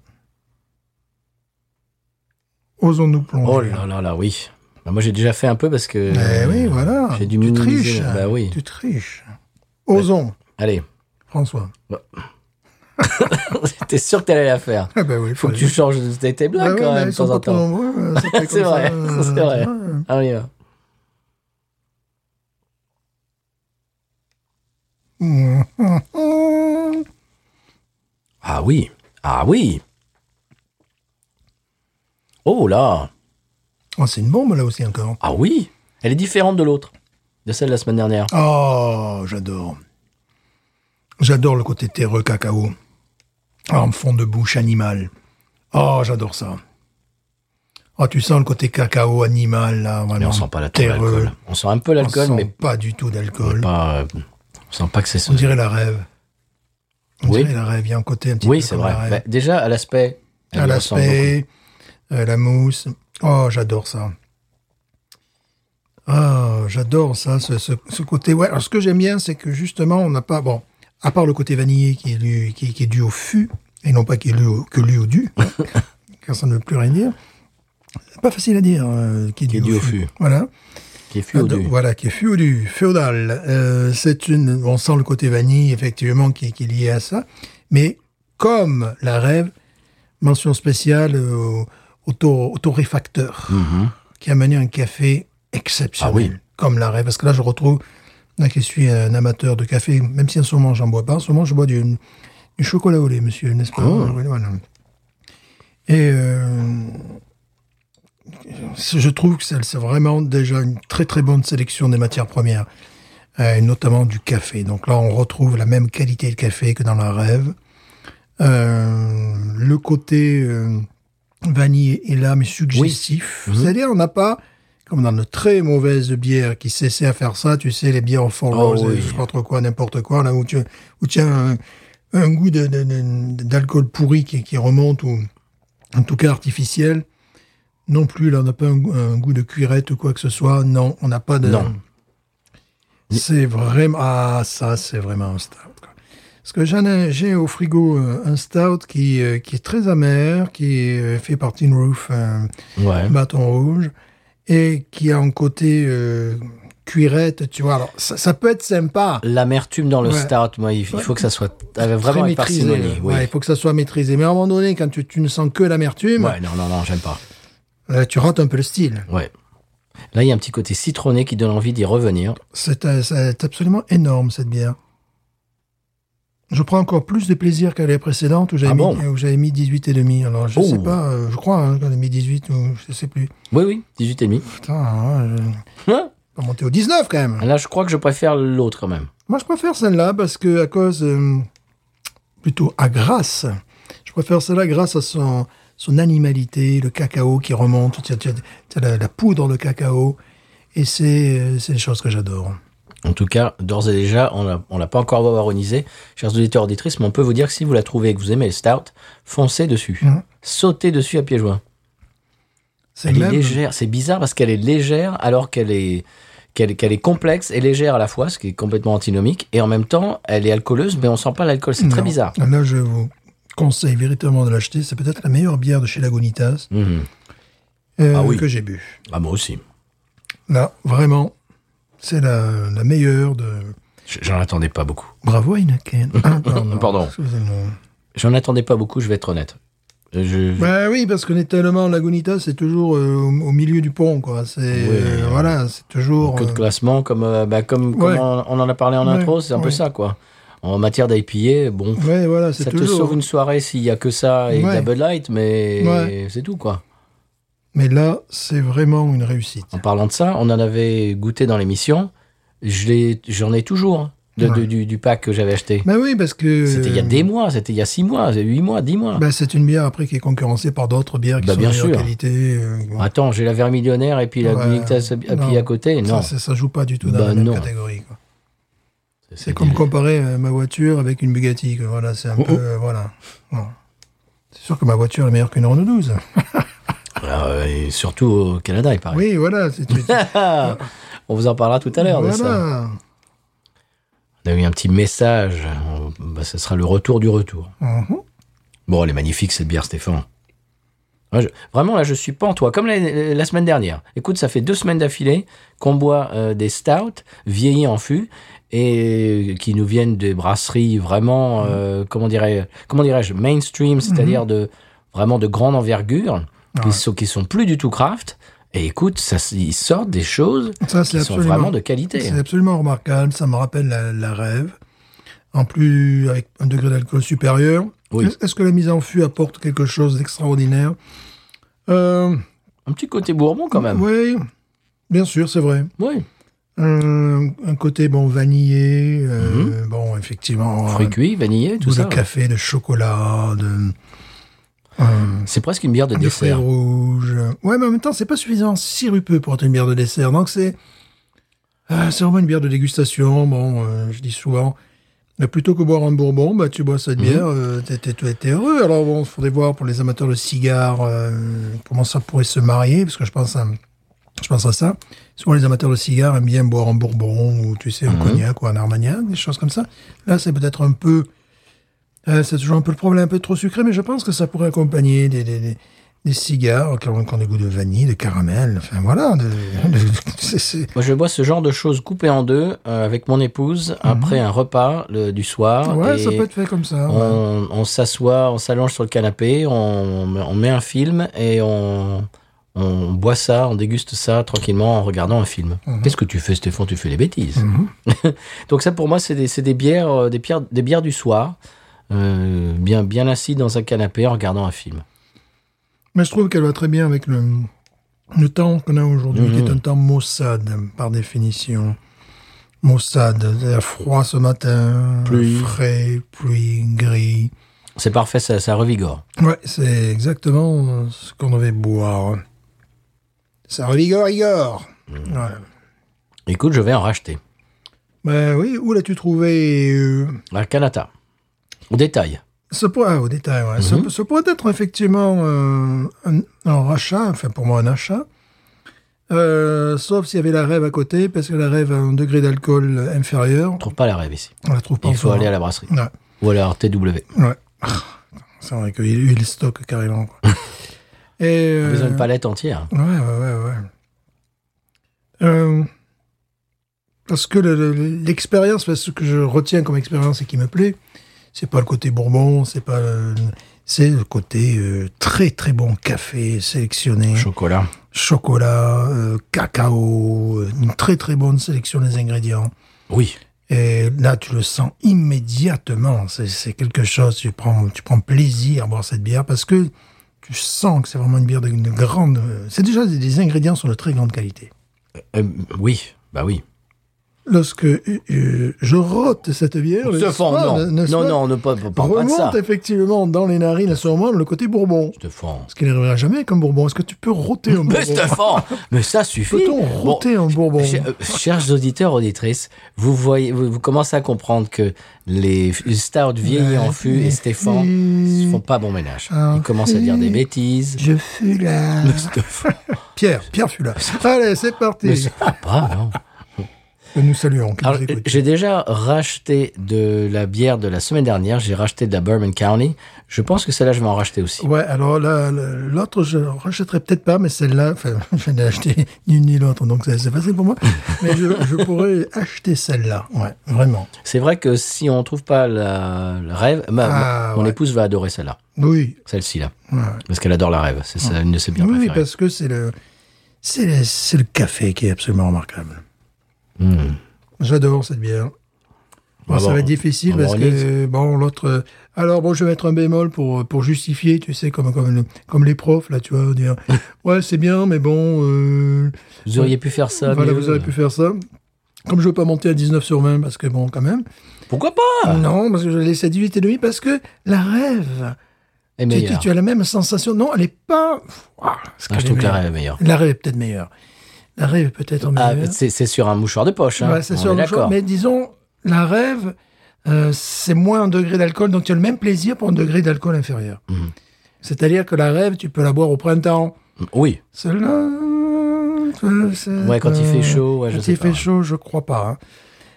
B: Osons-nous plonger.
A: Oh là là là, oui. Bah, moi j'ai déjà fait un peu parce que.
B: Mais Eh oui, voilà.
A: J'ai dû
B: tu
A: minimiser.
B: triches.
A: Bah oui.
B: Tu triches. Osons,
A: <laughs> Allez. <laughs>
B: François. <laughs>
A: T'es sûr que t'allais la faire.
B: Ah ben oui, Eh
A: Faut que tu changes de tes- tes blagues quand
B: bah,
A: même de temps en temps. <laughs> C'est vrai, <laughs> c'est vrai. Allez, y va. Ah oui. Ah oui. Oh là.
B: Oh, c'est une bombe là aussi encore.
A: Ah oui. Elle est différente de l'autre. De celle de la semaine dernière.
B: Oh, j'adore. J'adore le côté terreux cacao. En fond de bouche animal. Oh, j'adore ça. Oh, tu sens le côté cacao animal là, vraiment.
A: Mais on sent pas la- l'alcool. On sent un peu
B: On
A: l'alcool,
B: sent
A: mais
B: pas du tout d'alcool.
A: pas. euh, on sent pas que c'est ça.
B: On dirait la rêve. On
A: Oui.
B: dirait la rêve. Il y a un côté un petit
A: Oui,
B: peu
A: c'est
B: comme
A: vrai.
B: la rêve.
A: Bah, déjà, à l'aspect. elle
B: à
A: me ressemble
B: l'aspect, euh, la mousse. Oh, j'adore ça. Ah, j'adore ça, ce, ce- ce côté. Ouais, alors ce que j'aime bien, c'est que justement, on n'a pas. Bon, à part le côté vanillé qui est, lui- qui, qui est dû au fût, et non pas qui est dû au, que lui au <laughs> dû, car ça ne veut plus rien dire. C'est pas facile à dire, euh, qui est, dû, au fû. Voilà.
A: beaucoup, Qui est fluo
B: Ah, donc,
A: du-
B: Voilà, qui est féodu, féodal. Euh, c'est une, on sent le côté vanille, effectivement, qui, qui est lié à ça. Mais comme la rêve, mention spéciale euh, au, au tor- au torréfacteur, qui a mené un café exceptionnel.
A: Mhm. Ah oui.
B: Comme la rêve. Parce que là, je retrouve, là, qui suis un amateur de café, même si en ce moment, j'en bois pas. En ce moment, je bois du, du chocolat au lait, monsieur, n'est-ce pas?
A: Oh.
B: Oui, voilà. Et euh, c'est- je trouve que c'est c'est vraiment déjà une très très bonne sélection des matières premières, euh, et notamment du café. Donc là, on retrouve la même qualité de café que dans la rêve. Euh, le côté euh, vanille est là, mais suggestif. C'est-à-dire, on n'a pas, comme dans de très mauvaises bières qui cessaient à faire ça, tu sais, les bières en fond
A: Oh
B: rose,
A: oui.
B: je sais pas trop quoi, n'importe quoi, là où tu, où tu as un, un goût de- de- de- d'alcool pourri qui, qui remonte, ou en tout cas artificiel. Non plus, là, on n'a pas un, goût- un goût de cuirette ou quoi que ce soit. Non, on n'a pas de.
A: Non.
B: C'est vraiment. Ah, ça, c'est vraiment un stout. quoi. Parce que j'en ai- j'ai au frigo euh, un stout qui, euh, qui est très amer, qui euh, fait par Tin Roof euh,
A: Ouais.
B: bâton rouge, et qui a un côté euh, cuirette, tu vois. Alors, ça, ça peut être sympa.
A: L'amertume dans le
B: Ouais.
A: start, moi, il, il faut que ça soit euh, vraiment
B: Très
A: avec
B: maîtrisé.
A: parcimonie. Oui.
B: Ouais, il faut que ça soit maîtrisé. Mais à un moment donné, quand tu, tu ne sens que l'amertume,
A: Ouais, non, non, non, j'aime pas.
B: euh, tu rates un peu le style.
A: Ouais. Là, il y a un petit côté citronné qui donne envie d'y revenir.
B: C'est euh, c'est absolument énorme, cette bière. Je prends encore plus de plaisir qu'à l'année précédente où j'avais
A: Ah
B: mis,
A: bon
B: où j'avais mis 18 et demi. Alors, je
A: Oh.
B: sais pas, euh, je crois, hein, j'en ai mis 18 ou je sais plus.
A: Oui, oui, 18 et demi.
B: Putain, ouais, je-
A: Hein
B: on va monter au 19 quand même.
A: Là, je crois que je préfère l'autre quand même.
B: Moi, je préfère celle-là parce que à cause euh, plutôt à grâce. Je préfère celle-là grâce à son son animalité, le cacao qui remonte, tu as, tu as- tu as la, la poudre de cacao et c'est euh, c'est des choses que j'adore.
A: En tout cas, d'ores et déjà, on l'a- on l'a pas encore baronisé. Chers auditeurs auditrices, mais on peut vous dire que si vous la trouvez et que vous aimez le start, foncez dessus.
B: Mhm.
A: Sautez dessus à pieds joints.
B: C'est
A: Elle est
B: même-
A: légère. C'est bizarre parce qu'elle est légère alors qu'elle est, qu'elle qu'elle est complexe et légère à la fois, ce qui est complètement antinomique. Et en même temps, elle est alcooleuse, mais on sent pas l'alcool. C'est très
B: Non. Ah,
A: bizarre.
B: Là, je vous conseille véritablement de l'acheter. C'est peut-être la meilleure bière de chez Lagunitas
A: Mhm.
B: euh,
A: Ah oui.
B: que j'ai bu.
A: Ah, moi aussi.
B: Là, vraiment, c'est la, la meilleure de.
A: J- J'en attendais pas beaucoup.
B: Bravo Heineken.
A: <laughs>
B: Ah, pardon.
A: Pardon.
B: Excusez-moi.
A: J'en attendais pas beaucoup, je vais être honnête. Euh, Je...
B: Bah oui, parce qu'on est tellement Lagunitas, c'est toujours euh, au, au milieu du pont, quoi. C'est euh, voilà, c'est toujours.
A: Que de
B: euh,
A: classement, comme, euh, bah, comme, comme
B: Ouais.
A: on, on en a parlé en
B: Ouais,
A: intro, c'est un peu
B: ouais.
A: ça, quoi. En matière d'IPA, bon,
B: euh, ouais, voilà, c'est
A: ça te
B: toujours.
A: sauve une soirée s'il y a que ça et de la
B: Ouais.
A: Bud Light, mais
B: Ouais.
A: c'est tout, quoi.
B: Mais là, c'est vraiment une réussite.
A: En parlant de ça, on en avait goûté dans l'émission. Je l'ai- J'en ai toujours hein, de- de-
B: Ouais.
A: du, du pack que j'avais acheté.
B: Bah oui, parce que. euh,
A: C'était il y a des mois, c'était il y a six mois, c'est huit mois, dix mois.
B: Bah, c'est une bière après qui est concurrencée par d'autres bières qui
A: Bah,
B: sont
A: bien
B: de meilleure
A: sûr.
B: qualité. euh, bon.
A: Attends, j'ai la Vermillionnaire et puis la
B: Ouais.
A: Gunitas à puis
B: Non.
A: à côté. Non,
B: Ça, c'est- ça joue pas du tout dans
A: Bah,
B: la même
A: non.
B: catégorie. quoi.
A: C'est-
B: C'est
A: c'est
B: comme
A: des-
B: comparer euh, ma voiture avec une Bugatti. quoi. Voilà, c'est un
A: Oh,
B: peu euh, voilà. Bon. C'est sûr que ma voiture est meilleure qu'une Renault 12.
A: Euh, et surtout au Canada, il paraît.
B: Oui, voilà.
A: <laughs>
B: C'est, tu-
A: On vous en parlera tout à l'heure de ça.
B: voilà.
A: On a eu un petit message. On- bah, ce sera le retour du retour.
B: Mhm.
A: Bon, elle est magnifique cette bière, Stéphane. Ouais, je- Vraiment, là, je suis pas en toi, comme la, la semaine dernière. Écoute, ça fait deux semaines d'affilée qu'on boit euh, des stouts vieillis en fût et qui nous viennent des brasseries vraiment,
B: Mhm.
A: euh, comment dirais, comment dirais-je, mainstream, c'est-à-dire de vraiment de grande envergure, qui,
B: Ouais.
A: sont, qui sont plus du tout craft. Et écoute, ça, ils sortent des choses
B: Ça,
A: qui
B: c'est
A: sont
B: absolument,
A: vraiment hein. de qualité.
B: c'est absolument remarquable. Ça me rappelle la, la rêve. En plus, avec un degré d'alcool supérieur.
A: Oui.
B: Est- Est-ce que la mise en fût apporte quelque chose d'extraordinaire euh,
A: Un petit côté bourbon quand même.
B: Oui, bien sûr, c'est vrai.
A: Oui.
B: Un, Euh, un côté bon vanillé, euh, bon effectivement,
A: Fruits
B: euh,
A: cuits, vanillés, Mhm. tout
B: goût
A: ça.
B: de café, de chocolat, de, euh,
A: C'est presque une bière de
B: de fruits
A: dessert.
B: rouges. Ouais, mais en même temps, c'est pas suffisamment sirupeux pour être une bière de dessert. Donc c'est ah, c'est vraiment une bière de dégustation. Bon, euh, je dis souvent, mais plutôt que boire un bourbon, bah tu bois cette
A: Mhm.
B: bière, euh, t'es- t'es t'es- t'es heureux. Alors bon, faudrait voir pour les amateurs de cigares euh, comment ça pourrait se marier, parce que je pense à je pense à ça. Souvent, les amateurs de cigares aiment bien boire un bourbon ou, tu sais,
A: Mhm.
B: un cognac ou un armagnac, des choses comme ça. Là, c'est peut-être un peu... euh, c'est toujours un peu le problème, un peu trop sucré, mais je pense que ça pourrait accompagner des, des, des, des cigares qui ont, qui ont des goûts de vanille, de caramel, enfin voilà. De, de- <laughs> c'est- c'est-
A: Moi, je bois ce genre de choses coupées en deux euh, avec mon épouse après un repas le- du soir.
B: Mhm. Ouais,
A: Ah, et
B: ça peut être fait comme ça. ouais.
A: On, on s'assoit, on s'allonge sur le canapé, on, on met un film et on, on boit ça, on déguste ça tranquillement en regardant un film. Qu'est-ce que tu fais, Stéphane Tu fais des bêtises.
B: Mhm.
A: Donc ça, pour moi, c'est des, c'est des bières, euh, des bières, des bières du soir, euh, bien, bien assis dans un canapé en regardant un film.
B: Mais je trouve qu'elle va très bien avec le, le temps qu'on a aujourd'hui, qui
A: Mhm.
B: est un temps maussade, par définition. Maussade, c'est-à-dire froid ce matin,
A: Pluie.
B: frais, pluie, gris.
A: C'est parfait, ça, ça revigore.
B: Ouais, c'est exactement euh, ce qu'on devait boire. Ça revigore, Igor
A: Mhm.
B: Voilà.
A: Écoute, je vais en racheter.
B: Ben oui, où l'as-tu trouvé euh,
A: La Canada. Au détail.
B: Ce pourrait, au détail, ouais.
A: Mhm.
B: Ce- ce, pourrait être effectivement euh, un, un rachat, enfin pour moi un achat. Euh, sauf s'il y avait la rêve à côté, parce que la rêve a un degré d'alcool euh, inférieur.
A: On trouve pas la rêve ici.
B: On la trouve pas.
A: Il faut
B: encore.
A: aller à la brasserie.
B: Ouais.
A: Ou alors TW.
B: Ouais. Ah, C'est vrai qu'il il le stocke
A: <laughs>
B: carrément. Quoi. Et,
A: On a besoin
B: euh,
A: d'une palette entière.
B: Ouais, ouais, ouais, ouais. Euh, Parce que le- le- l'expérience, enfin, ce que je retiens comme expérience et qui me plaît, c'est pas le côté bourbon, c'est pas le- c'est le côté euh, très très bon café sélectionné,
A: Chocolat.
B: chocolat, euh, cacao, euh, une très très bonne sélection des ingrédients.
A: Oui.
B: Et là, tu le sens immédiatement. C'est- C'est quelque chose. Tu prends, tu prends plaisir à boire cette bière parce que tu sens que c'est vraiment une bière de, de grande. euh, C'est déjà des, des ingrédients sont de très grande qualité.
A: Euh, oui. Bah oui.
B: Lorsque euh, euh, je rote cette bière, le
A: Te fond,
B: soir,
A: non.
B: n'est-ce
A: Non,
B: pas,
A: non, ne pas, pas, pas- pas de ça.
B: remonte effectivement dans les narines à ce moment le côté bourbon.
A: Stéphane.
B: Ce qui n'arrivera jamais comme bourbon. Est-ce que tu peux roter un
A: Mais
B: bourbon
A: Stéphane, mais ça suffit.
B: Peut-on
A: Bon,
B: roter un bourbon
A: Ch- euh, Chers auditeurs, auditrices, vous voyez, vous, vous commencez à comprendre que les f- stars de vieillis en fût et Stéphane
B: Hmm.
A: font pas bon ménage.
B: En
A: Ils commencent à dire
B: fût.
A: des bêtises.
B: Je fus là.
A: Stéphane,
B: Pierre, Pierre fut là. Allez, c'est
A: mais
B: parti.
A: ça va pas, non.
B: Que nous saluons. qui
A: Alors,
B: nous écoute.
A: j'ai déjà racheté de la bière de la semaine dernière. J'ai racheté de la Bourbon County. Je pense que celle-là, je vais en racheter aussi.
B: Ouais, alors là, le- l'autre, je rachèterai peut-être pas, mais celle-là, enfin, <laughs> je n'ai acheté ni une ni l'autre, donc c'est c'est facile
A: <laughs>
B: pour moi. Mais je, je pourrais acheter celle-là, ouais, vraiment.
A: C'est vrai que si on trouve pas la, la rêve, ma-
B: Ah,
A: ma- mon
B: ouais.
A: épouse va adorer celle-là,
B: Oui,
A: celle-ci là,
B: ouais.
A: parce qu'elle adore la rêve. C'est ça, une de ses bières
B: oui,
A: préférées.
B: parce que c'est le, c'est le, c'est le café qui est absolument remarquable.
A: Hmm.
B: J'adore cette bière. Bon,
A: Ah
B: ça
A: bon,
B: va être difficile
A: on
B: parce
A: organise.
B: que, bon, l'autre. euh, Alors, bon, je vais mettre un bémol pour, pour justifier, tu sais, comme, comme, le- comme les profs, là, tu
A: <laughs>
B: vois, dire Ouais, c'est bien, mais bon, euh,
A: Vous auriez pu faire ça.
B: voilà,
A: mieux.
B: vous auriez pu faire ça. Comme je veux pas monter à 19 sur 20, parce que bon, quand même.
A: Pourquoi pas
B: Non, parce que je la laisse à 18 et demi, parce que la rêve,
A: Et
B: tu, tu-
A: meilleure.
B: tu as la même sensation. Non, elle est pas. Ouah, est-ce
A: Ah,
B: qu'elle
A: je
B: est
A: trouve que la
B: meilleure.
A: rêve est meilleure.
B: La rêve est peut-être meilleure. La rêve est peut-être
A: Ah,
B: meilleure.
A: c'est c'est sur un mouchoir de poche. Hein.
B: Ouais, c'est
A: On
B: sûr,
A: est
B: le choix.
A: d'accord.
B: mais disons, la rêve, euh, c'est moins un degré d'alcool, donc tu as le même plaisir pour un degré d'alcool inférieur.
A: Mhm.
B: C'est-à-dire que la rêve, tu peux la boire au printemps.
A: Oui.
B: Celle-là.
A: Ouais, quand il fait chaud, ouais, je
B: Euh, quand
A: sais
B: il
A: pas,
B: fait
A: ouais.
B: chaud, je crois pas. hein.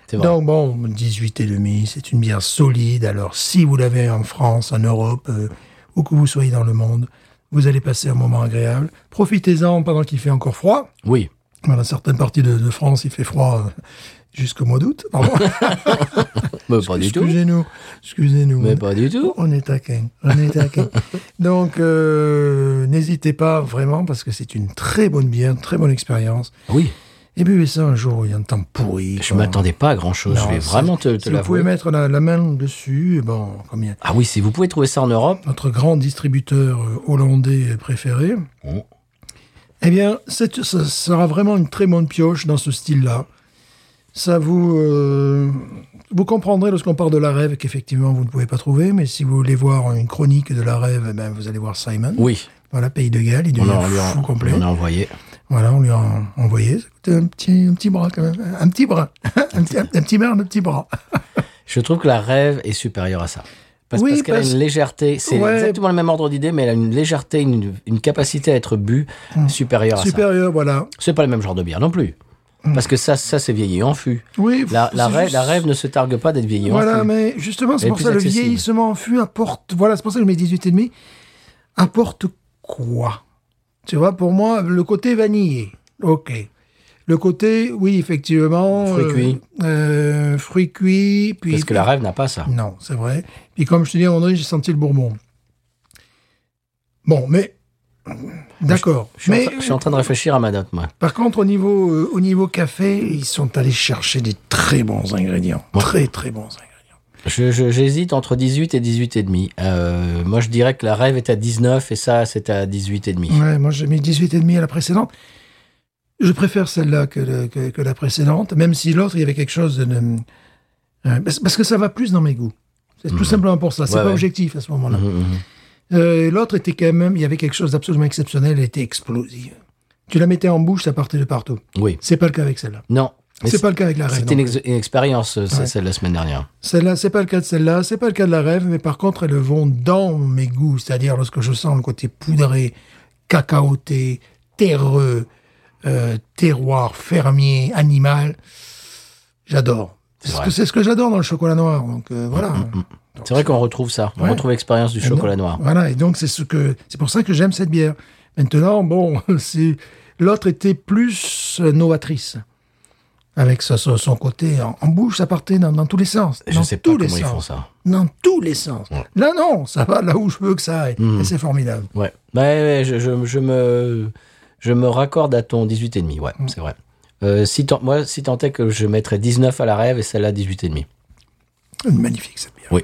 A: C'est vrai.
B: Donc bon, 18 et demi, c'est une bière solide. Alors si vous l'avez en France, en Europe, euh, où que vous soyez dans le monde, vous allez passer un moment agréable. Profitez-en pendant qu'il fait encore froid.
A: Oui.
B: Dans certaines parties de, de France, il fait froid euh, jusqu'au mois
A: <laughs>
B: d'août. Pardon.
A: Mais pas du tout.
B: Excusez-nous, excusez-nous.
A: Mais pas du tout.
B: On est taquin, on
A: <laughs>
B: est taquin. Donc euh, n'hésitez pas vraiment parce que c'est une très bonne bière, une très bonne expérience.
A: Oui.
B: Et buvez ça un jour où il y a un temps pourri.
A: Je
B: quoi.
A: m'attendais pas à grand chose.
B: Non,
A: je vais
B: c'est-
A: vraiment te, te
B: si Vous pouvez
A: l'avouer.
B: mettre la, la main dessus. et Bon, comme il y a
A: Ah oui, si vous pouvez trouver ça en Europe.
B: notre grand distributeur euh, hollandais préféré,
A: Oh.
B: eh bien, c'est- ça sera vraiment une très bonne pioche dans ce style-là. Ça vous. euh, vous comprendrez lorsqu'on parle de la rêve qu'effectivement vous ne pouvez pas trouver, mais si vous voulez voir une chronique de la rêve, eh ben, vous allez voir Simon.
A: Oui.
B: Voilà, Pays de Galles, il
A: On
B: devient
A: l'a- on lui a,
B: fou complet.
A: on l'a envoyé.
B: Voilà, on lui a envoyé. Ça coûtait un petit, un petit bras quand même. Un petit bras. <laughs> un, petit, un, petit bras, un petit bras.
A: Je trouve que la rêve est supérieure à ça. Parce,
B: Oui,
A: parce qu'elle
B: parce-
A: a une légèreté. C'est
B: Ouais.
A: exactement le même ordre d'idée, mais elle a une légèreté, une, une capacité à être bu
B: Hmm.
A: supérieure à ça.
B: Supérieur, voilà.
A: C'est pas le même genre de bière non plus. Parce que ça, ça c'est vieilli en fût.
B: Oui,
A: La, la,
B: Hmm. c'est
A: rêve,
B: juste-
A: la rêve ne se targue pas d'être vieillie en
B: Voilà,
A: fût.
B: mais justement,
A: Elle
B: c'est
A: est
B: pour
A: plus
B: ça le
A: accessible.
B: vieillissement en fût apporte. Voilà, c'est pour ça que je mets 18 et demi. Apporte quoi Tu vois, pour moi, le côté vanillé, ok. Le côté, oui, effectivement.
A: Fruits cuits.
B: euh, fruits cuits. Puis,
A: Parce que la rêve n'a pas ça.
B: Non, c'est vrai. Puis comme je te dis, à un moment donné, j'ai senti le bourbon. Bon, mais. D'accord.
A: Je suis, en
B: Mais,
A: train- je suis en train de réfléchir à ma note, moi.
B: par contre, au niveau, euh, au niveau café, ils sont allés chercher des très bons ingrédients.
A: Ouais.
B: Très, très bons ingrédients.
A: Je- je- J'hésite entre 18 et 18 et demi. Euh, moi, je dirais que la rêve est à 19 et ça, c'est à 18 et demi.
B: Ouais, moi j'ai mis 18,5 à la précédente. Je préfère celle-là que, le- que, que la précédente, même si l'autre, il y avait quelque chose de... de- euh, parce- parce que ça va plus dans mes goûts. C'est tout simplement pour ça. C'est
A: Mhm. Ouais,
B: pas
A: ouais.
B: objectif à ce moment-là.
A: Mhm, mhm.
B: Euh, l'autre était quand même... Il y avait quelque chose d'absolument exceptionnel. Elle était explosive. Tu la mettais en bouche, ça partait de partout.
A: Oui.
B: C'est pas le cas avec celle-là.
A: Non. mais
B: C'est pas le cas avec la rêve.
A: C'était
B: non
A: une,
B: plus.
A: ex- une expérience, euh,
B: Ouais.
A: celle de la semaine dernière.
B: Celle-là, c'est pas le cas de celle-là, c'est pas le cas de la rêve, mais par contre, elles vont dans mes goûts, c'est-à-dire lorsque je sens le côté poudré, cacaoté, terreux, euh, terroir, fermier, animal, j'adore. C'est ce
A: vrai.
B: que- c'est ce que j'adore dans le chocolat noir, donc euh, voilà.
A: Mm, C'est vrai qu'on retrouve ça. On
B: Ouais.
A: retrouve l'expérience du
B: Et non,
A: chocolat noir.
B: Voilà, et donc c'est ce que c'est pour ça que j'aime cette bière. <laughs> Maintenant, bon, c'est l'autre était plus euh, novatrice. avec son, son- son côté en, en bouche, ça partait dans, dans tous les sens.
A: Je
B: dans
A: sais pas
B: tous
A: comment
B: les
A: ils
B: sens.
A: font ça.
B: Dans tous les sens.
A: Ouais. Hmm.
B: Là, non, ça va là où je veux que ça aille. Et c'est formidable.
A: Ouais. Bah, ouais, ouais, je, je- je me, je me raccorde à ton 18,5. Ouais,
B: Mm.
A: c'est vrai. Euh, si tant, moi, si tant est que je mettrais 19 à la rêve et celle-là 18,5.
B: Magnifique, cette bière.
A: Oui.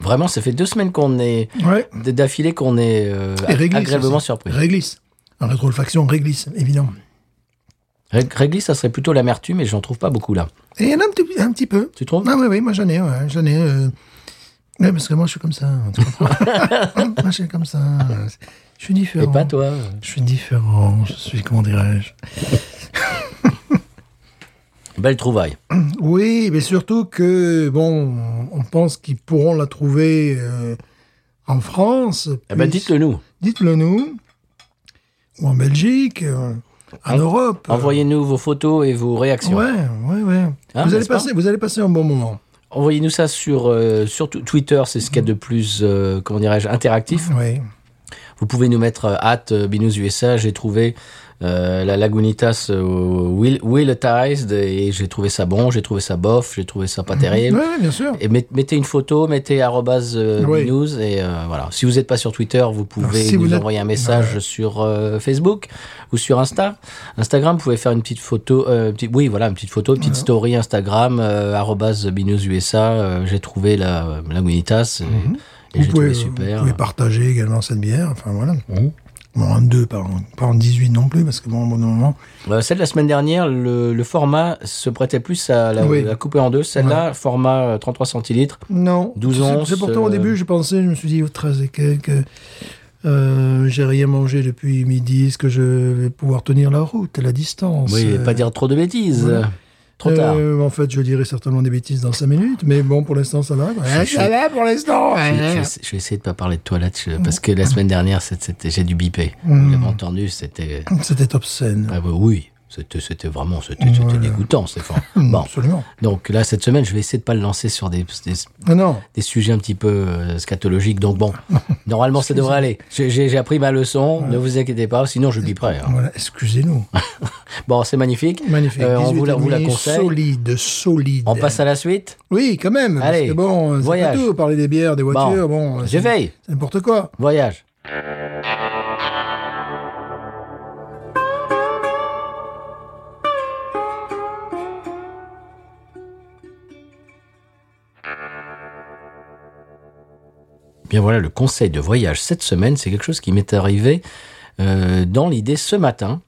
A: Vraiment, ça fait deux semaines qu'on est
B: Ouais.
A: d'affilée qu'on est euh,
B: Et réglisse.
A: agréablement
B: aussi.
A: surpris.
B: Réglisse. En rétro-olfaction, réglisse, évidemment.
A: Ré- Réglisse, ça serait plutôt l'amertume, et j'en trouve pas beaucoup là.
B: Et il y en a un petit, un petit peu.
A: Tu trouves
B: Ah oui, oui, moi j'en ai, ouais, j'en ai. euh, ouais, parce que moi je suis comme ça. hein, tu
A: <laughs>
B: comprends moi je suis comme ça. hein. Je suis différent.
A: Et pas toi
B: Je suis différent. Je suis, comment dirais-je
A: Belle trouvaille.
B: Oui, mais surtout que, bon, on pense qu'ils pourront la trouver euh, en France.
A: Eh ben,
B: puis-
A: dites-le nous.
B: Dites-le nous. Ou en Belgique, euh, en
A: En-
B: Europe.
A: Envoyez-nous vos photos et vos réactions.
B: Ouais, ouais, ouais.
A: Hein,
B: vous, allez
A: n'est-ce pas
B: passer, vous allez passer un bon moment.
A: Envoyez-nous ça sur, euh, sur tu- Twitter, c'est ce qu'il y a de plus, euh, comment dirais-je, interactif.
B: Oui.
A: Vous pouvez nous mettre euh, at euh, Binous USA. J'ai trouvé euh, la Lagunitas euh, will, Willetized et j'ai trouvé ça bon, j'ai trouvé ça bof, j'ai trouvé ça pas
B: Ouais,
A: terrible.
B: ouais, bien sûr.
A: Et met- mettez une photo, mettez arrobase euh,
B: Oui.
A: Binous et euh, voilà. Si vous n'êtes pas sur Twitter, vous pouvez
B: Alors, si
A: nous
B: vous êtes-
A: envoyer un message sur euh, Facebook ou sur Insta. Instagram, vous pouvez faire une petite photo, euh, petit- oui voilà, une petite photo, une petite story Instagram euh, arrobase Binous USA. euh, j'ai trouvé la Lagunitas et,
B: Mhm.
A: et j'ai
B: vous, pouvez,
A: trouvé super.
B: vous pouvez partager également cette bière. Enfin voilà.
A: Mhm.
B: Bon, en deux, pas en, pas en 18 non plus, parce que bon, au bout d'un moment.
A: Euh, celle de la semaine dernière, le, le format se prêtait plus à la,
B: Oui.
A: la couper en deux. Celle-là, format euh, 33 centilitres.
B: Non.
A: 12
B: C'est-
A: onces,
B: C'est pourtant
A: euh,
B: au début, je pensais, je me suis dit, oh, 13 et quelques. euh, J'ai rien mangé depuis midi. Est-ce que je vais pouvoir tenir la route, la distance
A: Oui,
B: euh,
A: pas dire trop de bêtises.
B: voilà.
A: Trop tard.
B: Euh, en fait, je dirais certainement des bêtises dans 5 minutes, mais bon, pour l'instant, ça va. Ouais,
A: je-
B: ça va pour l'instant.
A: Je,
B: ouais.
A: je- je vais essayer de pas parler de toi là je- parce que la semaine dernière, c'est- c'était- j'ai dû biper. Vous l'avez entendu, c'était.
B: C'était obscène.
A: Ah, bah oui, c'était c'était vraiment c'était c'était
B: Voilà.
A: dégoûtant, Stéphane.
B: Mm,
A: Bon,
B: Absolument.
A: donc là, cette semaine, je vais essayer de pas le lancer sur des, des,
B: Ah Non.
A: des sujets un petit peu euh, scatologiques. Donc bon, normalement, ça devrait aller. J'ai- J'ai j'ai appris ma leçon, ne vous inquiétez pas, sinon je biperai.
B: <laughs>
A: hein.
B: Voilà, excusez-nous.
A: Bon, c'est magnifique.
B: Magnifique.
A: Euh, on vous la, vous la
B: 18,5,
A: conseille.
B: Solide, solide.
A: On passe à la suite
B: Oui, quand même.
A: Allez,
B: parce que bon, euh, c'est
A: voyage.
B: pas tout, parler des bières, des voitures, bon. euh, c'est-
A: J'éveille.
B: C'est n'importe quoi.
A: Voyage. Bien voilà, le conseil de voyage cette semaine, c'est quelque chose qui m'est arrivé euh, dans l'idée ce matin,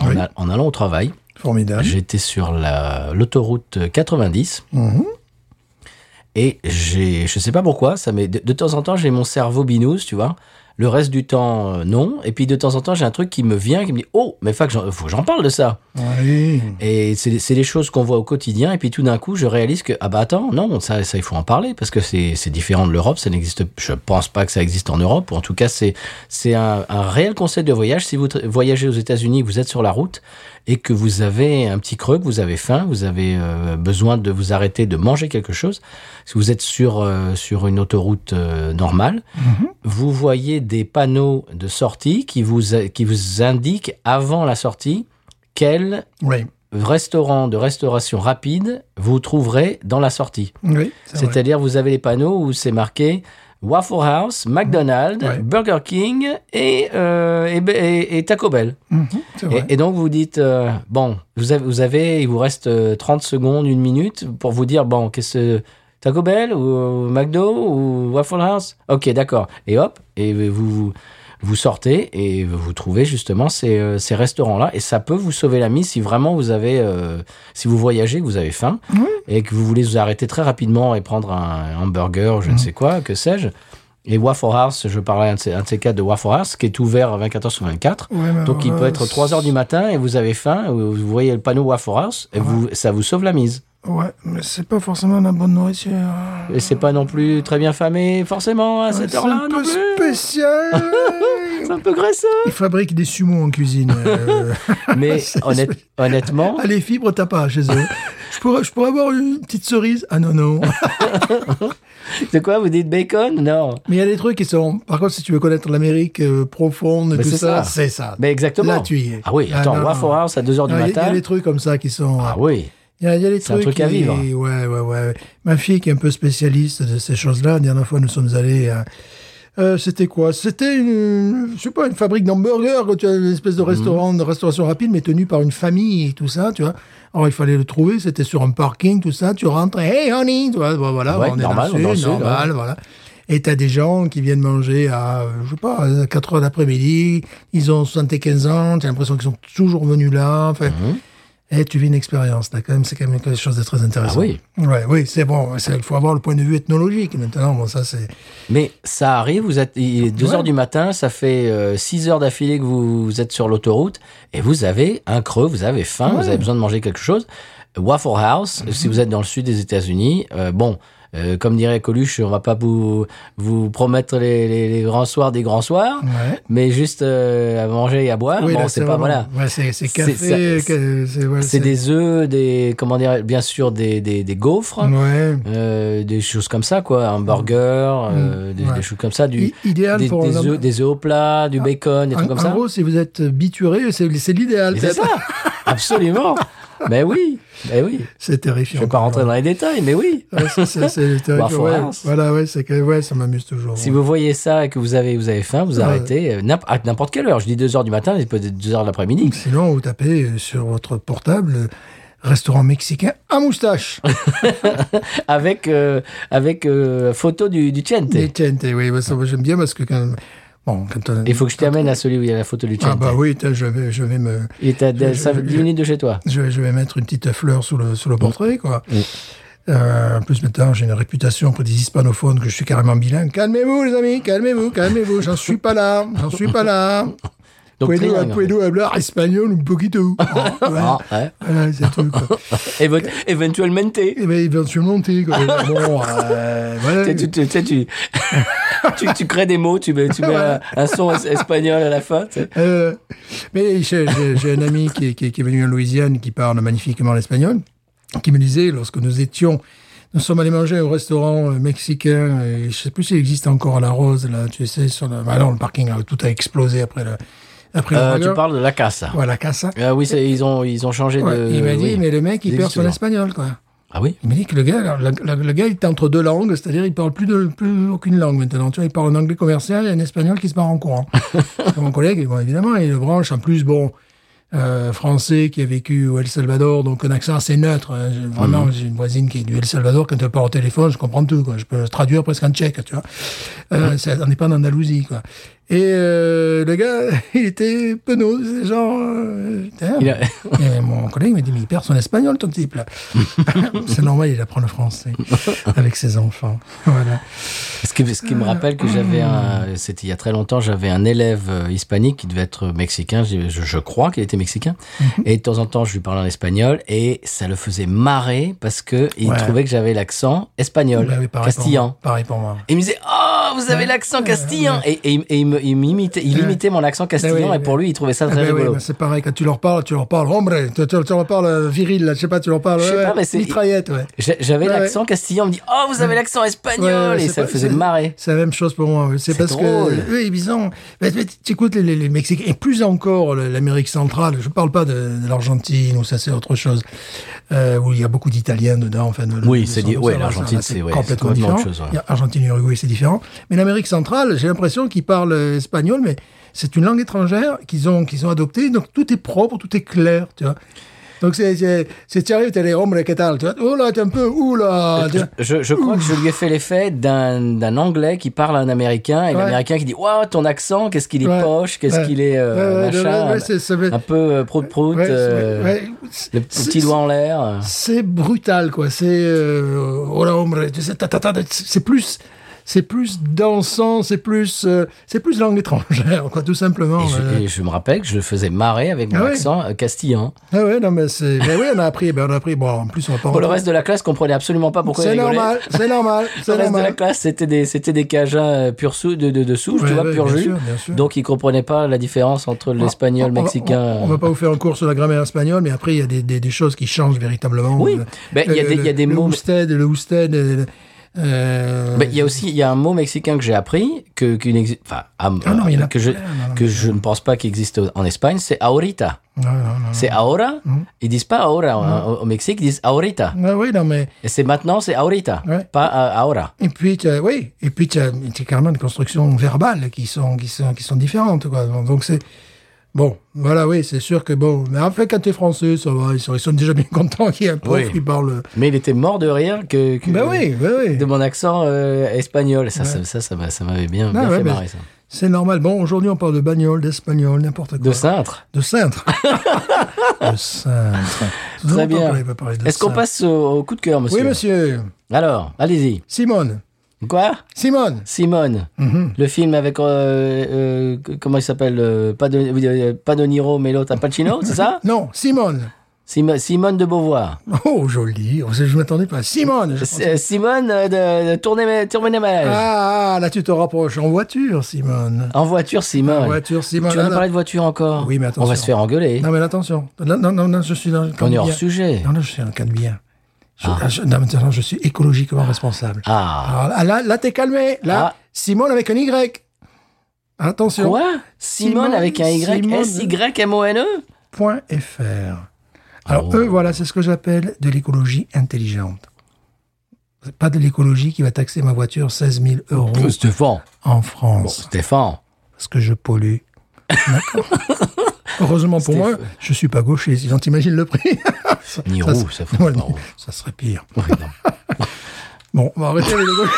A: en,
B: Oui.
A: a- en allant au travail.
B: Formidable.
A: J'étais sur la- l'autoroute 90
B: Mhm.
A: Et j'ai, je sais pas pourquoi, ça m'est, de, de temps en temps, j'ai mon cerveau binous, tu vois. Le reste du temps, euh, non. Et puis de temps en temps, j'ai un truc qui me vient, qui me dit Oh, mais faut que j'en, faut que j'en parle de ça.
B: Oui.
A: Mm. Et c'est, des- c'est des choses qu'on voit au quotidien. Et puis tout d'un coup, je réalise que Ah bah attends, non, ça, ça il faut en parler parce que c'est, c'est différent de l'Europe. Ça n'existe, je pense pas que ça existe en Europe. Ou en tout cas, c'est, c'est un, un réel concept de voyage. Si vous tra- voyagez aux États-Unis, vous êtes sur la route et que vous avez un petit creux, que vous avez faim, vous avez euh, besoin de vous arrêter, de manger quelque chose. Si vous êtes sur, euh, sur une autoroute euh, normale, vous voyez des panneaux de sortie qui vous, a- qui vous indiquent avant la sortie quel
B: Oui.
A: restaurant de restauration rapide vous trouverez dans la sortie.
B: Oui. c'est vrai.
A: C'est-à-dire, vous avez les panneaux où c'est marqué Waffle House, McDonald's,
B: Ouais.
A: Burger King et, euh, et, et- et Taco Bell.
B: Mhm, c'est vrai.
A: Et, et donc vous dites euh, bon, vous avez, vous avez, il vous reste euh, 30 secondes, une minute pour vous dire bon, qu'est-ce que Taco Bell ou McDo ou Waffle House Ok, d'accord. Et hop, et vous vous, vous sortez et vous trouvez justement ces, euh, ces restaurants-là et ça peut vous sauver la mise si vraiment vous avez, euh, si vous voyagez, que vous avez faim et que vous voulez vous arrêter très rapidement et prendre un hamburger,
B: Mm.
A: je ne sais quoi, que sais-je. Et Waffle House, je parlais un de ces, un de ces cas de Waffle House qui est ouvert 24 h sur 24.
B: Ouais, mais euh,
A: Donc il
B: alors
A: peut
B: là,
A: être 3 heures du matin et vous avez faim, ou vous voyez le panneau Waffle House et vous, ça vous sauve la mise.
B: Ouais, mais c'est pas forcément la bonne nourriture.
A: Et c'est pas non plus très bien famé, forcément, à cette
B: C'est un
A: heure-là non
B: peu
A: plus.
B: spécial.
A: <laughs> C'est un peu graisseux.
B: Ils fabriquent des sumo en cuisine.
A: <laughs>
B: euh,
A: Mais
B: <laughs> C'est
A: honnête- honnêtement,
B: Ah, les fibres, t'as pas chez eux. je, pourrais, je pourrais avoir une petite cerise. Ah
A: <laughs>
B: non, non.
A: de quoi vous dites bacon Non.
B: Mais il y a des trucs qui sont. Par contre, si tu veux connaître l'amérique euh, profonde,
A: Mais
B: tout
A: c'est
B: ça,
A: ça.
B: c'est ça.
A: Mais exactement.
B: Là, tu y es.
A: Ah oui,
B: Ah
A: attends,
B: non,
A: Waffle
B: non.
A: House à 2 heures
B: Non,
A: du
B: Il y a- il y, a
A: matin.
B: des trucs comme ça qui sont.
A: Ah oui.
B: Il y a, il y a des
A: C'est un
B: trucs.
A: truc à
B: qui-
A: vivre.
B: Ouais, ouais, ouais. Ma fille qui est un peu spécialiste de ces choses-là, la dernière fois nous sommes allés à. euh, c'était quoi C'était une, je sais pas, une fabrique d'hamburgers, tu as une espèce
A: Mhm.
B: de restaurant, de restauration rapide, mais tenue par une famille et tout ça, tu vois. Alors il fallait le trouver, c'était sur un parking, tout ça. Tu rentres, et, hey honey, tu vois, bon, voilà,
A: Ouais,
B: on est
A: normal,
B: dans
A: on
B: le
A: est dans le
B: sud,
A: sud,
B: normal, voilà. Et t'as des gens qui viennent manger à, euh, je sais pas, à 4 heures d'après-midi, ils ont 75 ans, t'as l'impression qu'ils sont toujours venus là, enfin.
A: Mhm.
B: Et tu vis une expérience, là, quand même, c'est quand même quelque chose de très intéressant.
A: Ah oui.
B: Ouais, oui, c'est bon, c'est- il faut avoir le point de vue ethnologique maintenant, bon, ça c'est.
A: Mais ça arrive, vous êtes 2h
B: Ouais.
A: du matin, ça fait 6 heures d'affilée que vous, vous êtes sur l'autoroute et vous avez un creux, vous avez faim, vous
B: Ouais. Mhm.
A: avez besoin de manger quelque chose. Waffle House, si vous êtes dans le sud des États-Unis, euh, bon, euh, comme dirait Coluche, on va pas vous, vous promettre les, les- les grands soirs des grands soirs,
B: Ouais.
A: mais juste euh, à manger et à boire,
B: oui,
A: bon,
B: là,
A: c'est pas,
B: vraiment-
A: voilà.
B: Ouais, c'est c'est
A: C'est-
B: café,
A: c'est-
B: ca- c'est ouais,
A: C'est des œufs, des, comment dire, bien sûr, des, des, des gaufres.
B: Ouais. Mhm.
A: euh, des choses comme ça, quoi, un burger, euh, des,
B: Ouais.
A: des choses comme ça, du,
B: I- idéal
A: des,
B: pour
A: des
B: un-
A: œufs, des œufs au plat, du bacon, des
B: En,
A: trucs comme
B: en
A: ça.
B: gros, si vous êtes bituré, c'est c'est l'idéal.
A: Mais c'est ça,
B: <laughs>
A: absolument. mais oui, mais oui.
B: C'est
A: Je
B: terrifiant.
A: vais pas rentrer
B: hein.
A: dans les détails, mais oui.
B: Ah Ouais, c'est- c'est- c'est terrifiant.
A: Waffle
B: Ouais,
A: House.
B: Voilà, ouais, c'est que ouais, ça m'amuse toujours.
A: Si vous voyez ça et que vous avez, vous avez faim, vous
B: Ouais.
A: arrêtez euh, n'imp- à n'importe quelle heure. Je dis 2 heures du matin, mais peut-être 2 heures de
B: <laughs>
A: l'après-midi.
B: Sinon, vous tapez euh, sur votre portable euh, restaurant mexicain à moustache.
A: Ah, Avec, euh, avec euh, photo du, du Tiente.
B: Des tientes, oui, bah, ça, moi, j'aime bien parce que quand bon, quand on-
A: Il faut que je
B: <laughs>
A: t'amène à celui où il y a la photo du Tiente.
B: ah bah oui, tiens, je vais, je vais me,
A: Il est à
B: Je- je-
A: 10
B: je-
A: minutes de chez toi.
B: je, vais- je vais mettre une petite fleur sous le
A: Mm.
B: sous le portrait quoi. Euh, en plus maintenant, j'ai une réputation auprès des hispanophones que je suis carrément bilingue. Calmez-vous les amis, calmez-vous, calmez-vous, j'en suis pas là, j'en suis pas là.
A: Donc,
B: Puedo,
A: trilingue, en fait.
B: puedo hablar espagnol un
A: <laughs>
B: poquito.
A: Ah,
B: Voilà,
A: ouais.
B: voilà, c'est tout quoi.
A: Évo- Éventuellement, t'es-
B: Et ben, éventuellement, t'es,
A: <laughs>
B: quoi. bon, euh, voilà.
A: tu, tu, tu, tu, <laughs> tu- tu- tu crées des mots, tu mets, tu mets un, un son es- espagnol à la fin. tu sais.
B: Euh, mais j'ai j'ai- j'ai un ami qui est, qui, est- qui est venu en Louisiane, qui parle magnifiquement l'espagnol, qui me disait, lorsque nous étions, nous sommes allés manger au restaurant euh, mexicain, et je sais plus s'il existe encore à La Rose, là, tu sais, sur le, bah non, le parking, là, tout a explosé après le, après
A: Euh,
B: le
A: tu parles de la casa.
B: Voilà, casa.
A: Ah oui, c'est- ils ont, ils ont changé
B: Ouais,
A: de.
B: il m'a dit,
A: oui.
B: mais le mec, il
A: Ils existent
B: perd son
A: toujours.
B: espagnol, quoi.
A: Ah oui
B: Il m'a dit que le gars, alors, le, le- le gars, il était entre deux langues, c'est-à-dire il parle plus de plus aucune langue maintenant. Tu vois, il parle en anglais commercial et en espagnol qui se part
A: <laughs>
B: en courant. Parce que mon collègue, bon, évidemment, il le branche en plus, bon, euh, français qui a vécu au El Salvador, donc un accent assez neutre. hein. J'ai- Vraiment,
A: Mhm.
B: j'ai une voisine qui est du El Salvador. Quand elle parle au téléphone, je comprends tout. Quoi. Je peux traduire presque en tchèque, tu vois.
A: Mhm.
B: Euh, ça- on n'est pas en Andalousie, quoi. Et euh, le gars, <laughs> il était penaud, c'est genre. euh, Putain,
A: Il a-
B: et mon collègue m'a dit, mais il perd son espagnol,
A: <laughs>
B: ton type, là. <laughs> c'est normal, il apprend le français avec ses enfants. Voilà.
A: ce, qui, ce qui
B: Ah.
A: me rappelle que j'avais un. C'était il y a très longtemps, j'avais un élève euh, hispanique qui devait être mexicain. Je, je- je crois qu'il était mexicain.
B: Mhm.
A: Et de temps en temps, je lui parlais en espagnol et ça le faisait marrer parce que il
B: Ouais.
A: trouvait que j'avais l'accent espagnol,
B: Bah oui, pareil pour
A: castillan.
B: moi. Pareil pour moi.
A: Et il me disait, oh, vous avez
B: Ouais.
A: l'accent
B: Ouais,
A: castillan. Et, et, et il me- il m'imitait, il
B: Ouais. Ah
A: imitait mon accent castillan
B: oui,
A: et pour lui, il trouvait ça
B: Ah
A: très
B: ben oui,
A: rigolo.
B: ben c'est pareil, quand tu leur parles, tu leur parles, hombre, tu, tu- tu leur parles euh, viril, là, je sais pas, tu leur parles,
A: Je sais
B: ouais,
A: pas,
B: ouais,
A: mais c'est-
B: mitraillette, ouais.
A: J'a- J'avais
B: Ouais,
A: l'accent castillan, on me dit Oh, vous avez l'accent espagnol
B: Ouais,
A: Et
B: c'est
A: ça me
B: pas-
A: faisait
B: c'est-
A: marrer.
B: C'est la même chose pour moi. oui. C'est
A: C'est
B: parce
A: drôle.
B: que oui, ils ont. mais- mais Tu écoutes les, les- les Mexicains et plus encore le- l'Amérique centrale. Je parle pas de, de l'Argentine ou ça c'est autre chose euh, où il y a beaucoup d'Italiens dedans. Enfin, de-
A: Oui,
B: de-
A: c'est
B: de-
A: dit-
B: de-
A: ouais,
B: ça,
A: l'Argentine,
B: là,
A: c'est- ouais, c'est
B: complètement
A: complètement
B: différent.
A: autre chose, ouais.
B: Il y a Argentine et Uruguay c'est différent. Mais l'Amérique centrale, j'ai l'impression qu'ils parlent euh, espagnol, mais c'est une langue étrangère qu'ils ont qu'ils ont adoptée. Donc tout est propre, tout est clair, tu vois. Donc c'est c'est c'est tu arrives, t'es les hommes, qu'est-ce que tu vois Oh là, t'es un peu oula. tu vois.
A: Je, je crois que je lui ai fait l'effet d'un d'un anglais qui parle à un américain et
B: Ouais.
A: l'américain qui dit Waouh, ton accent, qu'est-ce qu'il est
B: Ouais.
A: poche, qu'est-ce
B: Ouais.
A: qu'il est euh,
B: Ouais, ouais,
A: machin.
B: ouais, ouais, c'est- ça fait-
A: un peu euh, prout-prout,
B: Ouais,
A: euh,
B: ouais, ouais, c'est-
A: le petit
B: c'est-
A: doigt en l'air.
B: C'est brutal, quoi. C'est euh, hola, hombre, tu sais, ta, ta, ta, ta, c'est plus, c'est plus dansant, c'est plus, euh, c'est plus langue étrangère, quoi, tout simplement.
A: Et je,
B: Euh,
A: et je me rappelle que je le faisais marrer avec mon
B: Ah ouais.
A: accent euh, castillan.
B: Ah ouais, non, mais c'est, mais oui, on a appris, ben on a appris. Bon, en plus on va pas.
A: Pour le
B: rentrer-
A: reste de la classe, comprenait absolument pas pourquoi il
B: c'est
A: rigolait.
B: normal, c'est
A: <laughs>
B: normal,
A: Le
B: c'est
A: reste de la
B: normal.
A: classe, c'était des, c'était des Cajuns euh, pur sou, de, de, de souche, tu
B: Ouais,
A: vois,
B: ouais,
A: pur
B: bien
A: jus.
B: sûr, bien sûr.
A: Donc, ils comprenaient pas la différence entre l'espagnol,
B: On-
A: le
B: on-
A: mexicain.
B: On, on
A: euh,
B: va pas vous faire un cours sur la grammaire espagnole, mais après il y a des, des, des choses qui changent véritablement. Euh,
A: Oui.
B: Le-
A: Ben, il y a
B: le-
A: des- il y a
B: le-
A: des
B: le
A: mots-
B: Usted, le usted, euh, Euh,
A: Mais il y a aussi il y a un mot mexicain que j'ai appris que qu'une exi- enfin ah,
B: Ah non, il y en a
A: que je
B: plein, non, non,
A: que
B: mais- Mm.
A: je ne pense pas qu'il existe en Espagne, c'est ahorita.
B: Non, non, non.
A: C'est ahora.
B: Mm.
A: Ils disent pas ahora en- au Mexique, ils disent ahorita.
B: Ah oui, non, mais.
A: Et c'est maintenant, c'est ahorita,
B: Ouais.
A: pas euh, ahora.
B: Et puis, tu as- oui, et puis, tu as tu as carrément des constructions verbales qui sont, qui sont, qui sont différentes, quoi. Donc, c'est. Bon, voilà, oui, c'est sûr que bon. Mais en fait, quand tu es français, ça va, ils sont, ils sont déjà bien contents qu'il y ait un prof
A: Oui.
B: qui parle. euh,
A: Mais il était mort de rire que, que-
B: Ben oui, ben oui.
A: de mon accent euh, espagnol. Ça, ça, ça, ça, m'a- ça m'avait bien, bien
B: Ah, ouais,
A: fait
B: mais
A: marrer, ça.
B: C'est normal. Bon, aujourd'hui, on parle de bagnole, d'espagnol, n'importe quoi.
A: De cintre. <laughs>
B: De cintre. de cintre. Ça fait
A: Très
B: longtemps
A: bien.
B: qu'on n'avait pas parlé de
A: Est-ce qu'on
B: cintre.
A: passe au, au coup de cœur, monsieur
B: Oui, monsieur.
A: Alors, allez-y.
B: Simone.
A: Quoi
B: Simone.
A: Simone,
B: Mhm.
A: le film avec euh, euh, qu- comment il s'appelle euh, pas de euh, pas de Niro mais l'autre Al
B: <laughs>
A: Pacino, c'est ça
B: Non, Simone.
A: Simo- Simone de Beauvoir,
B: Oh, joli. Oh, c'est- Je ne m'attendais pas. Simone. je pensais-
A: C'est- Simone euh, de, de tourner tourner malade.
B: Ah, ah, là, tu te rapproches. En voiture, Simone.
A: En voiture, Simone.
B: En voiture, Simone.
A: Tu en as
B: Alors-
A: parlé de voiture encore
B: Oui, mais attention.
A: On va se faire engueuler.
B: Non, mais attention. Non, non, non, non, je suis dans le camp
A: On
B: de
A: est hors
B: bien.
A: sujet.
B: Non, non, je suis dans le camp de bien. Je, je- non, maintenant, je suis écologiquement responsable.
A: Ah.
B: Alors, là, là, là, t'es calmé. Là,
A: Ah.
B: Simone avec un Y. Attention.
A: Quoi Simone,
B: Simone,
A: avec un Y,
B: Simone.
A: S-Y-M-O-N-E
B: Point .fr. Alors,
A: Oh.
B: eux, voilà, c'est ce que j'appelle de l'écologie intelligente. C'est Pas de l'écologie qui va taxer ma voiture 16 000 euros
A: Euh, Stéphane.
B: en
A: Bon,
B: France.
A: Stéphane.
B: Parce que je pollue. D'accord.
A: <laughs>
B: Heureusement pour moi,
A: Stéph-
B: je suis pas gaucher, sinon t'imagines le prix. Ça-
A: Niro,
B: ça-
A: ça fout
B: Ouais,
A: pas roux.
B: ça serait pire.
A: Oui, non.
B: <laughs> Bon, on va
A: <laughs>
B: arrêter avec les gauchers.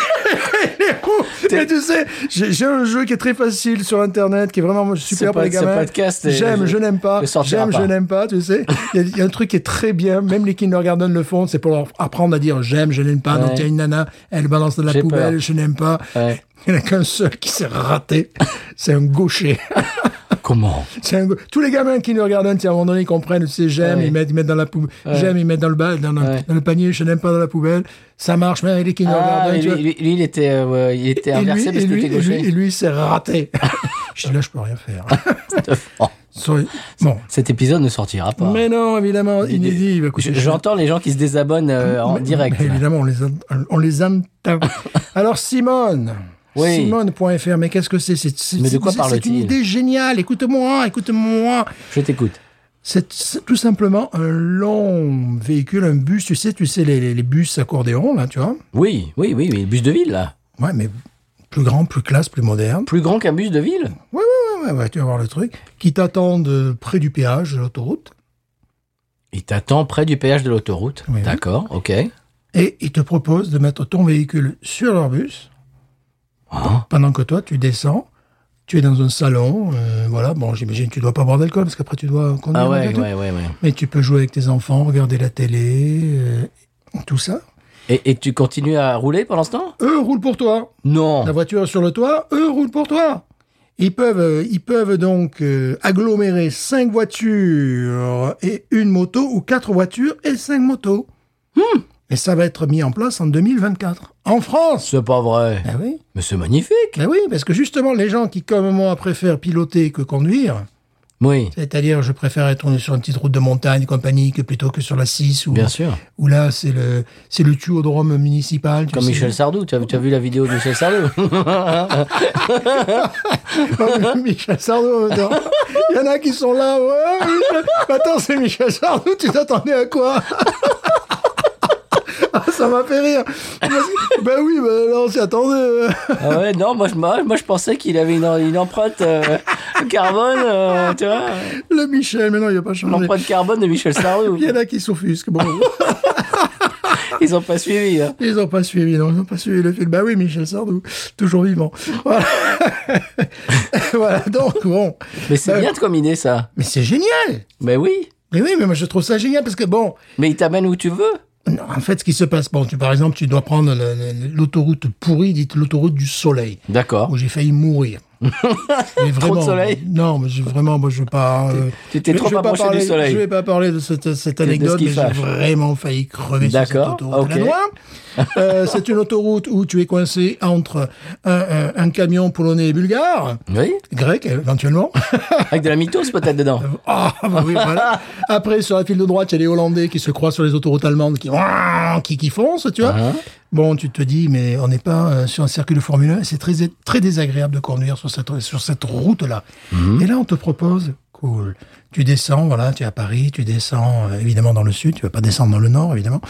B: Les roues. Mais tu sais, j'ai j'ai un jeu qui est très facile sur Internet, qui est vraiment
A: Ce
B: super pour
A: pod-
B: les
A: ce
B: gamins.
A: podcast est-
B: J'aime, je n'aime pas.
A: ne sortira
B: J'aime,
A: pas.
B: je n'aime pas, tu sais. Il y a- il y, a un truc qui est très bien, même les kindergarten le font, c'est pour leur apprendre à dire j'aime, je n'aime pas.
A: Ouais.
B: Donc, il y a une nana, elle balance de la
A: J'ai
B: poubelle,
A: peur.
B: je n'aime pas.
A: Ouais.
B: Il n'y en a qu'un seul qui s'est raté. C'est un gaucher. <laughs>
A: Comment
B: C'est un go- Tous les gamins qui nous regardent, tiens, à un moment donné, ils comprennent, tu sais, j'aime,
A: Ouais.
B: ils mettent, ils mettent dans la poubelle, j'aime, ils mettent dans le bal, dans, le-
A: Ouais.
B: dans le panier, je n'aime pas dans la poubelle. Ça marche, mais les
A: Ah,
B: kindergarten,
A: mais
B: tu
A: lui,
B: vois.
A: lui- lui, il était, euh, ouais, il était
B: Et lui,
A: inversé parce
B: et
A: qu'il
B: lui,
A: était
B: et lui, et
A: gaucher.
B: lui, il s'est raté. <laughs> je dis, là, je peux
A: <laughs>
B: rien faire.
A: Stéphane.
B: Sur- bon.
A: Oh, Cet épisode ne sortira pas.
B: Mais non, évidemment,
A: Il-
B: inédit, il va
A: Je-
B: coûter cher.
A: J'entends les gens qui se désabonnent euh, en
B: Mais-
A: direct.
B: mais
A: là.
B: évidemment, on les, en- on les entend.
A: <laughs>
B: Alors, Simone.
A: Oui.
B: Simone.fr, mais qu'est-ce que c'est C'est- c'est-
A: Mais de quoi
B: c'est- C'est une
A: parle-t-il
B: idée géniale. Écoute-moi, écoute-moi.
A: Je t'écoute.
B: C'est c'est tout simplement un long véhicule, un bus, tu sais, tu sais, les, les- les bus accordéon, là, tu vois.
A: Oui, oui, oui, oui. Bus de ville, là.
B: Ouais, mais plus grand, plus classe, plus moderne.
A: Plus grand qu'un bus de ville
B: Ouais, ouais, ouais, ouais, ouais, tu vas voir le truc. Qui t'attendent euh, près du péage de l'autoroute.
A: Il t'attend près du péage de l'autoroute.
B: Oui.
A: D'accord, ok.
B: Et ils te proposent de mettre ton véhicule sur leur bus,
A: Ah,
B: pendant que toi, tu descends. Tu es dans un salon, euh, voilà. Bon, j'imagine que tu dois pas boire d'alcool parce qu'après tu dois conduire.
A: Ah
B: malgré
A: ouais,
B: tout.
A: ouais, ouais, ouais.
B: Mais tu peux jouer avec tes enfants, regarder la télé, euh, tout ça.
A: Et, et tu continues à rouler pendant ce temps
B: Eux roulent pour toi.
A: Non.
B: La voiture est sur le toit, eux roulent pour toi. Ils peuvent, euh, ils peuvent donc euh, agglomérer cinq voitures et une moto ou quatre voitures et cinq motos.
A: Hmm.
B: Et ça va être mis en place en 2024. En France
A: C'est pas vrai.
B: Ben oui.
A: Mais c'est magnifique.
B: Ben oui, parce que justement, les gens qui, comme moi, préfèrent piloter que conduire,
A: Oui,
B: c'est-à-dire je préfère être tourné sur une petite route de montagne et compagnie que plutôt que sur la 6 ou,
A: bien sûr.
B: ou là, c'est le, c'est le tuodrome municipal. tu
A: Comme
B: sais. <laughs>
A: Michel Sardou. Tu as, tu as vu la vidéo de Michel Sardou
B: Michel Sardou, attends. Il y en a qui sont là, ouais, Michel. Attends, c'est Michel Sardou, tu t'attendais à quoi <laughs> Ah, ça m'a fait rire. Parce que- Ben oui, ben là, on s'y attendait.
A: Ah ouais, non, moi je, moi, moi, je pensais qu'il avait une, une empreinte euh, carbone, euh, tu vois.
B: Le Michel, mais non, il n'a pas changé.
A: L'empreinte carbone de Michel Sardou.
B: Il y en a qui s'offusquent. Bon,
A: Ils ont pas suivi. hein.
B: ils n'ont pas suivi, non, ils n'ont pas suivi le film. Ben oui, Michel Sardou, toujours vivant. Voilà, <laughs> Voilà, donc bon.
A: Mais c'est
B: Ben,
A: bien comme idée, ça.
B: Mais c'est génial.
A: Mais oui.
B: Mais oui, mais moi, je trouve ça génial parce que bon.
A: Mais il t'amène où tu veux.
B: Non, en fait, ce qui se passe, bon, tu, par exemple, tu dois prendre le- le- l'autoroute pourrie, dite l'autoroute du soleil,
A: D'accord.
B: où Oh, j'ai failli
A: <laughs>
B: mourir. Mais
A: Trop de soleil
B: Non, mais j'ai vraiment, moi, je veux pas. euh,
A: tu t'es
B: je-
A: trop
B: je vais pas
A: approché du
B: parler-
A: soleil.
B: Je vais pas parler de cette, cette anecdote,
A: qui
B: mais j'ai
A: fâche.
B: vraiment failli crever sur cette
A: D'accord,
B: autoroute. à la
A: ok.
B: noix.
A: <laughs>
B: Euh, C'est une autoroute où tu es coincé entre un, un- un camion polonais et bulgare,
A: Oui.
B: grec éventuellement.
A: Avec de la mitose peut-être dedans.
B: Ah, bah oui, voilà.
A: Ah.
B: Après, sur la file de droite, il y a les Hollandais qui se croient sur les autoroutes allemandes, qui, qui, qui foncent, tu vois. Bon, tu te dis, mais on n'est pas euh, sur un circuit de Formule 1. C'est très, très désagréable de conduire sur cette, sur cette route-là.
A: Mhm.
B: Et là, on te propose, cool. Tu descends, voilà, tu es à Paris, tu descends euh, évidemment dans le sud, tu vas pas descendre dans le nord, évidemment.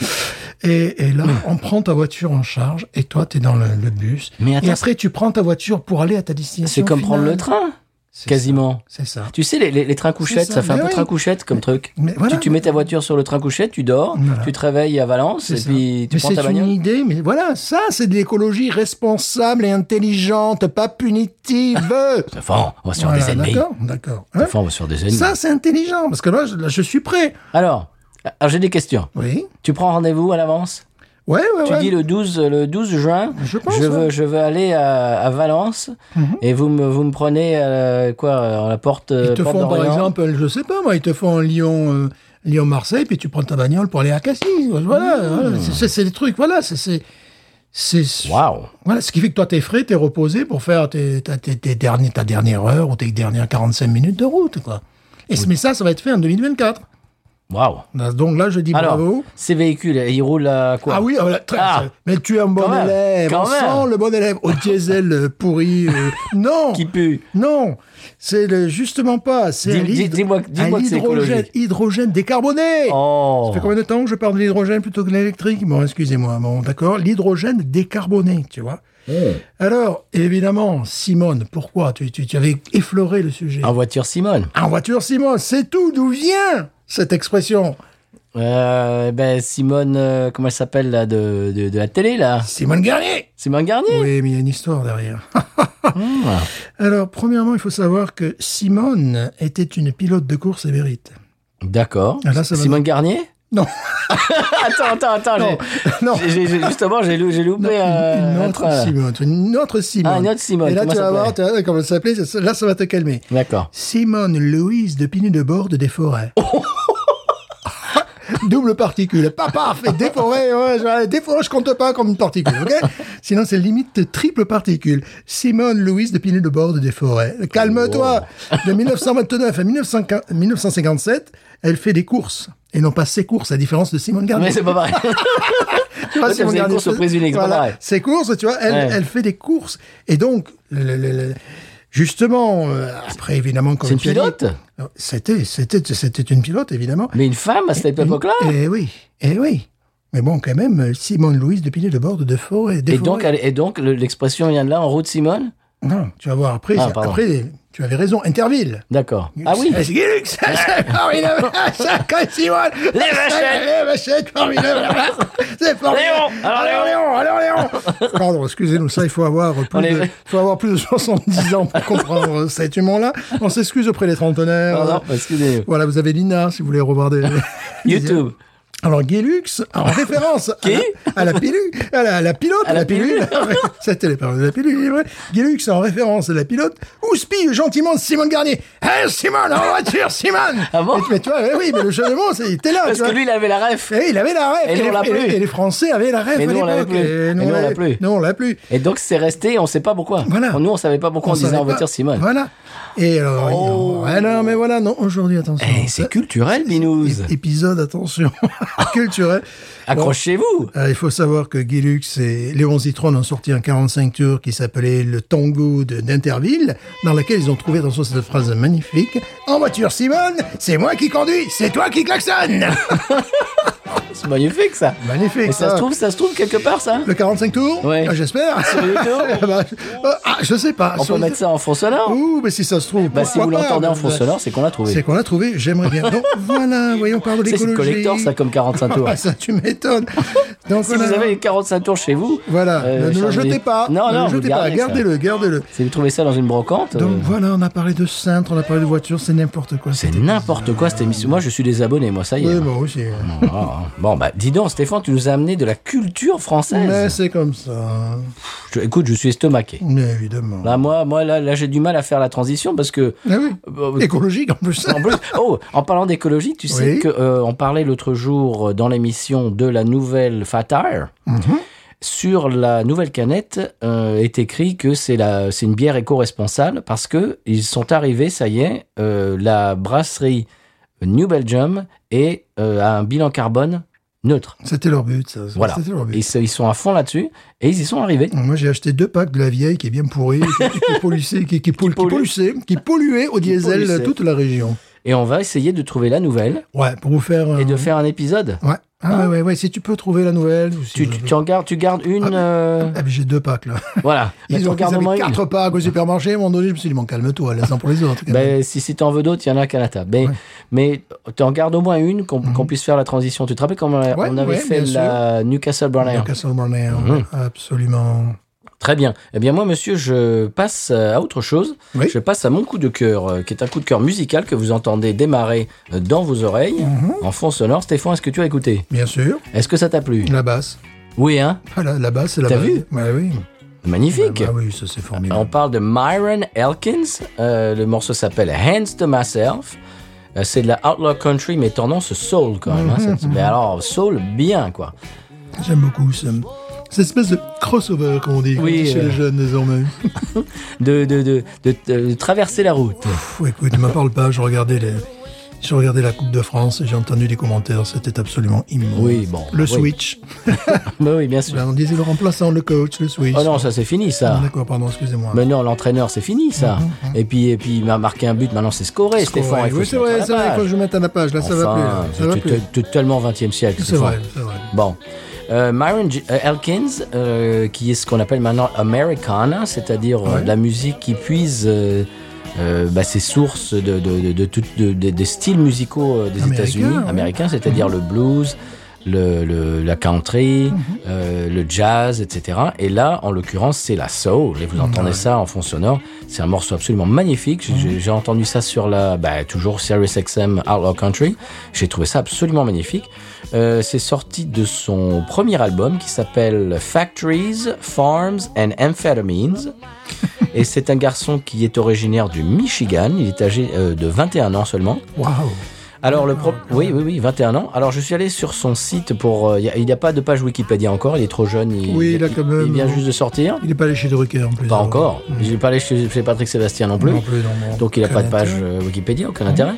B: Et, et là,
A: Hmm.
B: on prend ta voiture en charge et toi, tu es dans le, le bus.
A: Mais attends,
B: et après, tu prends ta voiture pour aller à ta destination.
A: C'est comme prendre le
B: finale.
A: train,
B: C'est
A: quasiment.
B: ça, C'est ça.
A: Tu sais, les, les- les trains couchettes,
B: ça,
A: ça, fait un
B: mais
A: peu
B: oui.
A: train couchette comme truc.
B: Mais voilà.
A: tu, tu mets ta voiture sur le train couchette, tu dors,
B: Voilà.
A: tu te réveilles à Valence,
B: C'est
A: et
B: ça.
A: puis tu
B: Mais
A: prends ta
B: C'est une
A: bagnole.
B: idée, mais voilà, ça, c'est de l'écologie responsable et intelligente, pas punitive. <laughs>
A: Enfin, on va Ah. sur
B: Voilà,
A: des ennemis.
B: D'accord, d'accord. Hein
A: Enfin, on va sur des ennemis.
B: Ça, c'est intelligent, parce que là, je, là, je suis prêt.
A: Alors, alors, j'ai des questions.
B: Oui.
A: Tu prends rendez-vous à l'avance
B: Ouais, ouais,
A: Tu
B: ouais.
A: dis le 12, le 12 juin,
B: Je pense,
A: veux,
B: ouais. Mhm.
A: je veux aller à, à Valence et vous me, vous me prenez euh, quoi, euh, la porte,
B: Ils
A: euh,
B: te
A: porte
B: font, par
A: d'Orient.
B: exemple, je sais pas, moi, ils te font Lyon, euh, Lyon-Marseille, puis tu prends ta bagnole pour aller à Cassis. Voilà,
A: Ah.
B: voilà. C'est- c'est c'est des trucs, voilà, c'est- c'est. C'est
A: Waouh
B: voilà, ce qui fait que toi t'es frais, t'es reposé pour faire tes, ta- tes- tes derniers, ta dernière heure ou tes dernières 45 minutes de route, quoi. Et mais ça, ça va être fait en 2024.
A: Waouh
B: Donc là, je dis
A: Alors,
B: bravo.
A: ces véhicules, ils roulent à quoi
B: Ah oui, ah, voilà, très,
A: Ah.
B: mais tu es un bon
A: Quand même,
B: élève.
A: quand
B: on
A: même.
B: sent le bon élève au diesel euh, pourri.
A: <laughs>
B: euh, non,
A: Qui pue
B: non, c'est le- justement pas. C'est
A: Dis-
B: un
A: dis-
B: hydro-
A: dis-moi- dis-moi
B: un
A: que c'est
B: hydrogène,
A: écologique.
B: hydrogène décarboné.
A: Oh
B: Eh, Ça fait combien de temps que je parle de l'hydrogène plutôt que de l'électrique Bon, excusez-moi. Bon, d'accord. L'hydrogène décarboné, tu vois.
A: Oh.
B: Alors, évidemment, Simone, pourquoi tu, tu- tu avais effleuré le sujet
A: En voiture Simone
B: En voiture, Simone, c'est tout. D'où vient cette expression
A: Euh, ben Simone, euh, comment elle s'appelle là de, de, de la télé là
B: Simone Garnier
A: Simone Garnier Hmm.
B: Oui, mais il y a une histoire derrière. Alors, premièrement, il faut savoir que Simone était une pilote de course émérite.
A: D'accord.
B: Ah, là, ça va
A: Simone Garnier
B: Non,
A: <laughs> Attends, attends, attends.
B: non,
A: j'ai-
B: non.
A: j'ai- j'ai- j'ai- justement, j'ai lou- j'ai loupé
B: Une,
A: euh,
B: une
A: un
B: autre
A: train.
B: Simone. Une autre Simone.
A: Ah, une autre Simone,
B: Et là,
A: comment
B: tu vas
A: ça
B: voir, tu vas- comment elle s'appelait ça- Là, ça va te calmer.
A: D'accord.
B: Simone Louise de Pinu de Borde des Forêts. <laughs> Double particule. Papa, fait des forêts, ouais, je, ouais, des forêts, je compte pas comme une particule, <laughs> ok Sinon, c'est limite triple particule. Simone Louise de Pinu de Borde des Forêts. Calme-toi <laughs> De 1929 à 1950 1957, elle fait des courses. Et non pas ses courses, à la différence de Simone Garnier.
A: Mais c'est pas pareil.
B: Tu vois,
A: Ouais,
B: si
A: elle
B: on
A: faisait des
B: regarde
A: courses
B: les-
A: au prise unique, c'est pas
B: voilà,
A: pareil.
B: Ses courses, tu vois, elle,
A: Ouais.
B: elle fait des courses. Et donc, le- le- le- justement, euh, après, évidemment, comme
A: C'est une
B: tu as
A: pilote
B: dit, euh, C'était, c'était, c'était une pilote, évidemment.
A: <laughs> Mais une femme à cette époque-là
B: Eh oui, eh oui. Mais bon, quand même, Simone Louise de Pinet de Borde de Forêt. des
A: Et donc,
B: Forêts.
A: elle- et donc le- l'expression vient de là, en route Simone
B: Non, tu vas voir après.
A: Ah,
B: c'est-
A: pardon.
B: après, tu avais raison, Interville.
A: D'accord. Ah oui
B: C'est Gilux, c'est formidable,
A: <laughs>
B: ça colle, Simone.
A: Les vachettes.
B: Les vachettes, formidable. C'est formidable.
A: Léon, alors
B: Léon, alors Léon. Pardon, excusez-nous, ça, il faut avoir
A: On
B: plus,
A: les-
B: de, faut avoir plus de 70 ans
A: <laughs>
B: pour comprendre cet humour-là. On s'excuse auprès des trentenaires.
A: Non, non, excusez-moi.
B: Voilà, vous avez Lina, si vous
A: <laughs>
B: voulez regarder.
A: YouTube.
B: Ah, Alors, Gilux, en référence à,
A: Qui
B: la, à la pilule, à la, à la pilote, à
A: la
B: la pilule. <laughs> C'était les paroles de la pilule, il est vrai. Gilux, en référence à la pilote, houspille gentiment Simone Garnier. Hé, Simone, en voiture, Simone
A: Ah bon
B: mais, tu- mais tu vois, eh oui, mais le jeu de mots, c'est- il était là,
A: Parce
B: tu vois.
A: que lui, il avait la ref.
B: Eh, il avait la rêve.
A: Et nous, on l'a plus.
B: et les Français avaient la rêve.
A: Et
B: à
A: nous, on l'avait
B: l'époque.
A: plus.
B: Et
A: Et nous, on l'a
B: l'avait-
A: plus.
B: nous, on l'a plus.
A: Et donc, c'est resté, on sait pas pourquoi.
B: Voilà.
A: Nous, on savait pas pourquoi on, disait
B: savait
A: en
B: pas.
A: voiture Simone. Oh.
B: Voilà. Et alors, ouais, non, mais voilà, non, aujourd'hui, attention.
A: Eh, c'est culturel, Binouze.
B: É- Épisode, attention, <laughs> culturel.
A: Accrochez-vous.
B: Euh, il faut savoir que Guy Lux et Léon Zitrone ont sorti un 45 tours qui s'appelait Le Tango de- d'Interville, dans lequel ils ont trouvé dans cette phrase magnifique En voiture, Simone, c'est moi qui conduis, c'est toi qui klaxonne <laughs>
A: C'est magnifique, ça.
B: Magnifique,
A: Et ça
B: ça.
A: se trouve, ça se trouve quelque part, ça
B: Le 45 tours
A: Ouais.
B: Ah, J'espère.
A: Sur
B: <laughs>
A: YouTube
B: Bah, euh, ah, je sais pas.
A: On peut
B: Sur-
A: mettre ça en fond sonore
B: Ouh, mais si ça se trouve.
A: Bah, si
B: pourquoi
A: vous
B: pas,
A: l'entendez en
B: mais-
A: fond sonore, c'est qu'on l'a
B: C'est
A: trouvé.
B: qu'on l'a trouvé, j'aimerais bien.
A: <laughs>
B: Donc voilà, voyons, on parle de
A: Tu sais, C'est
B: l'écologie.
A: le collector, ça, comme 45 tours.
B: <laughs> Ah, ça,
A: <laughs>
B: tu m'étonnes. Donc
A: Si vous avez les 45 tours chez vous,
B: Voilà,
A: euh,
B: ne le
A: changez-
B: jetez pas.
A: Non,
B: ne
A: non,
B: le
A: vous
B: jetez pas.
A: gardez ça.
B: Gardez-le, gardez-le.
A: Si vous trouvez ça dans une brocante,
B: Donc
A: euh,
B: voilà, on a parlé de cintre, on a parlé de voiture, c'est n'importe quoi.
A: c'est n'importe quoi cette émission. Moi, je suis des abonnés, moi, ça y est.
B: Oui, moi aussi. hein.
A: Ah, Bon, bah, dis donc, Stéphane, tu nous as amené de la culture
B: Mais
A: française.
B: c'est comme ça.
A: Je- écoute, je suis estomaqué.
B: Mais évidemment.
A: Là, moi, moi là, là j'ai du mal à faire la transition parce que.
B: Ah oui.
A: euh,
B: Écologique en plus.
A: En plus- oh, en parlant d'écologie, tu sais
B: Oui.
A: que euh, on parlait l'autre jour euh, dans l'émission de la nouvelle Fatire.
B: Mhm.
A: Sur la nouvelle canette euh, est écrit que c'est la c'est une bière éco-responsable parce que ils sont arrivés, ça y est, euh, la brasserie New Belgium est euh, a un bilan carbone neutre.
B: C'était leur but, ça.
A: Voilà.
B: C'était leur but.
A: Ils, se- ils sont à fond là-dessus et ils y sont arrivés.
B: Moi, j'ai acheté deux packs de la vieille qui est bien pourrie, qui, qui, polluait, qui, qui, pollue- qui
A: pollue.
B: polluait- qui polluait au diesel
A: polluait.
B: toute la région.
A: Et on va essayer de trouver la nouvelle
B: Ouais, pour vous faire.
A: et
B: euh,
A: de faire un épisode.
B: Ouais. Ah, ouais, ouais, ouais, Si tu peux trouver la nouvelle. ou si
A: Tu,
B: vous-
A: tu, tu en gardes, tu gardes une. euh,
B: Ah, mais j'ai deux packs, là.
A: voilà. Mais
B: Ils
A: tu en
B: ont ils
A: gardes au
B: avaient
A: moins une.
B: quatre packs au supermarché. À un moment donné, je me suis dit, bon, calme-toi, laisse-en pour les autres. quand même.
A: Ben, si si t'en veux d'autres, il y en a qu'à la table. Mais,
B: Ouais. Mhm.
A: mais t'en gardes au moins une qu'on qu'on puisse faire la transition. Tu te rappelles comment on a-
B: Ouais,
A: on avait
B: ouais,
A: fait
B: bien
A: la Newcastle Brown Ale
B: Newcastle Brown Ale,
A: Mhm.
B: hein. absolument.
A: Très bien. Eh bien, moi, monsieur, je passe euh, à autre chose.
B: Oui.
A: Je passe à mon coup de cœur, euh, qui est un coup de cœur musical que vous entendez démarrer euh, dans vos oreilles,
B: Mhm.
A: en fond sonore. Stéphane, est-ce que tu as écouté
B: Bien sûr.
A: Est-ce que ça t'a plu
B: La basse.
A: Oui, hein
B: Voilà, la basse, c'est la
A: T'as
B: basse.
A: vu
B: Ouais, oui.
A: Magnifique
B: Ah, oui, ça, c'est formidable.
A: On parle de Myron Elkins. Euh, le morceau s'appelle Hands to Myself. Euh, c'est de la outlaw country, mais tendance soul quand même. hein, cette-
B: Mm-hmm.
A: Mais alors, soul bien, quoi.
B: J'aime beaucoup ce, cette espèce de crossover, comme on dit,
A: Oui,
B: chez
A: euh.
B: les jeunes désormais.
A: De, de, de, de, de traverser la
B: <laughs>
A: route.
B: Pff, écoute, ne me parle pas, je regardais les. Je regardais la Coupe de France et j'ai entendu des commentaires, c'était absolument immonde.
A: Oui, bon,
B: Le
A: oui.
B: switch. Ben,
A: Mais Bah oui, bien sûr.
B: On disait le remplaçant, le coach, le switch.
A: Oh non, ça c'est fini, ça.
B: Ah, D'accord, pardon, excusez-moi.
A: Mais non, l'entraîneur, c'est fini, ça. Et puis, et puis, il m'a marqué un but. Maintenant, c'est scoré, Stéphane. il faut
B: oui,
A: se
B: c'est
A: mettre à
B: vrai,
A: la
B: c'est vrai,
A: page.
B: faut que je mette à la page, là, ça va plus.
A: Enfin,
B: Là, ça va
A: c'est
B: plus.
A: t- t- tellement 20e siècle.
B: C'est vrai, c'est vrai.
A: Bon. Euh, Myron J- euh, Elkins, euh, qui est ce qu'on appelle maintenant Americana, c'est-à-dire euh,
B: Ouais.
A: de la musique qui puise euh, euh, bah, ses sources de, de, de, de tout- de- de- des styles musicaux euh, des
B: Américains,
A: États-Unis
B: ouais.
A: américains, c'est-à-dire le blues, le, le- la country, euh, le jazz, etc. Et là, en l'occurrence, c'est la soul. Et vous entendez ça en fond sonore. C'est un morceau absolument magnifique. J'ai- J'ai j'ai entendu ça sur la, bah, toujours Sirius XM Outlaw Country. J'ai trouvé ça absolument magnifique. Euh, c'est sorti de son premier album qui s'appelle Factories, Farms and Amphetamines. Et c'est un garçon qui est originaire du Michigan. Il est âgé euh, de 21 ans seulement.
B: Waouh.
A: Alors le pro- oui oui oui 21 ans. Alors je suis allé sur son site pour euh, il y a- il n'y a, pas de page Wikipédia encore, il est trop jeune, il,
B: Oui,
A: il,
B: là, quand même.
A: il vient juste de sortir.
B: Il n'est pas allé chez Drucker en plus.
A: Pas
B: alors.
A: encore. J'ai parlé chez, chez Patrick Sébastien non plus.
B: Non plus, non, non.
A: Donc il n'a
B: Aucun
A: pas de page
B: intérêt.
A: euh, Wikipédia, aucun intérêt.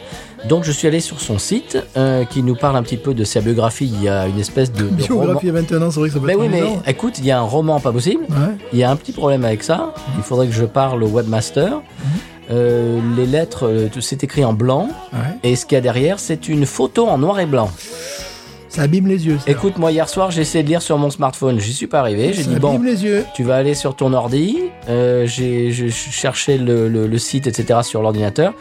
A: Donc je suis allé sur son site euh, qui nous parle un petit peu de sa biographie. Il y a une espèce de, de roman.
B: Biographie à 21 ans, c'est vrai que ça peut
A: Mais
B: être
A: oui, mais
B: amusant.
A: écoute, il y a un roman pas possible.
B: Ouais.
A: Il y a un petit problème avec ça. Il faudrait que je parle au webmaster. Euh, les lettres, euh, tout- c'est écrit en blanc.
B: Ouais.
A: Et ce qu'il y a derrière, c'est une photo en noir et blanc.
B: Ça abîme les yeux. ça.
A: Écoute, moi hier soir, j'ai essayé de lire sur mon smartphone. J'y suis pas arrivé. J'ai
B: ça
A: dit
B: abîme
A: bon.
B: les yeux.
A: Tu vas aller sur ton ordi, euh, j'ai je cherchais le, le- le site, etc. sur l'ordinateur.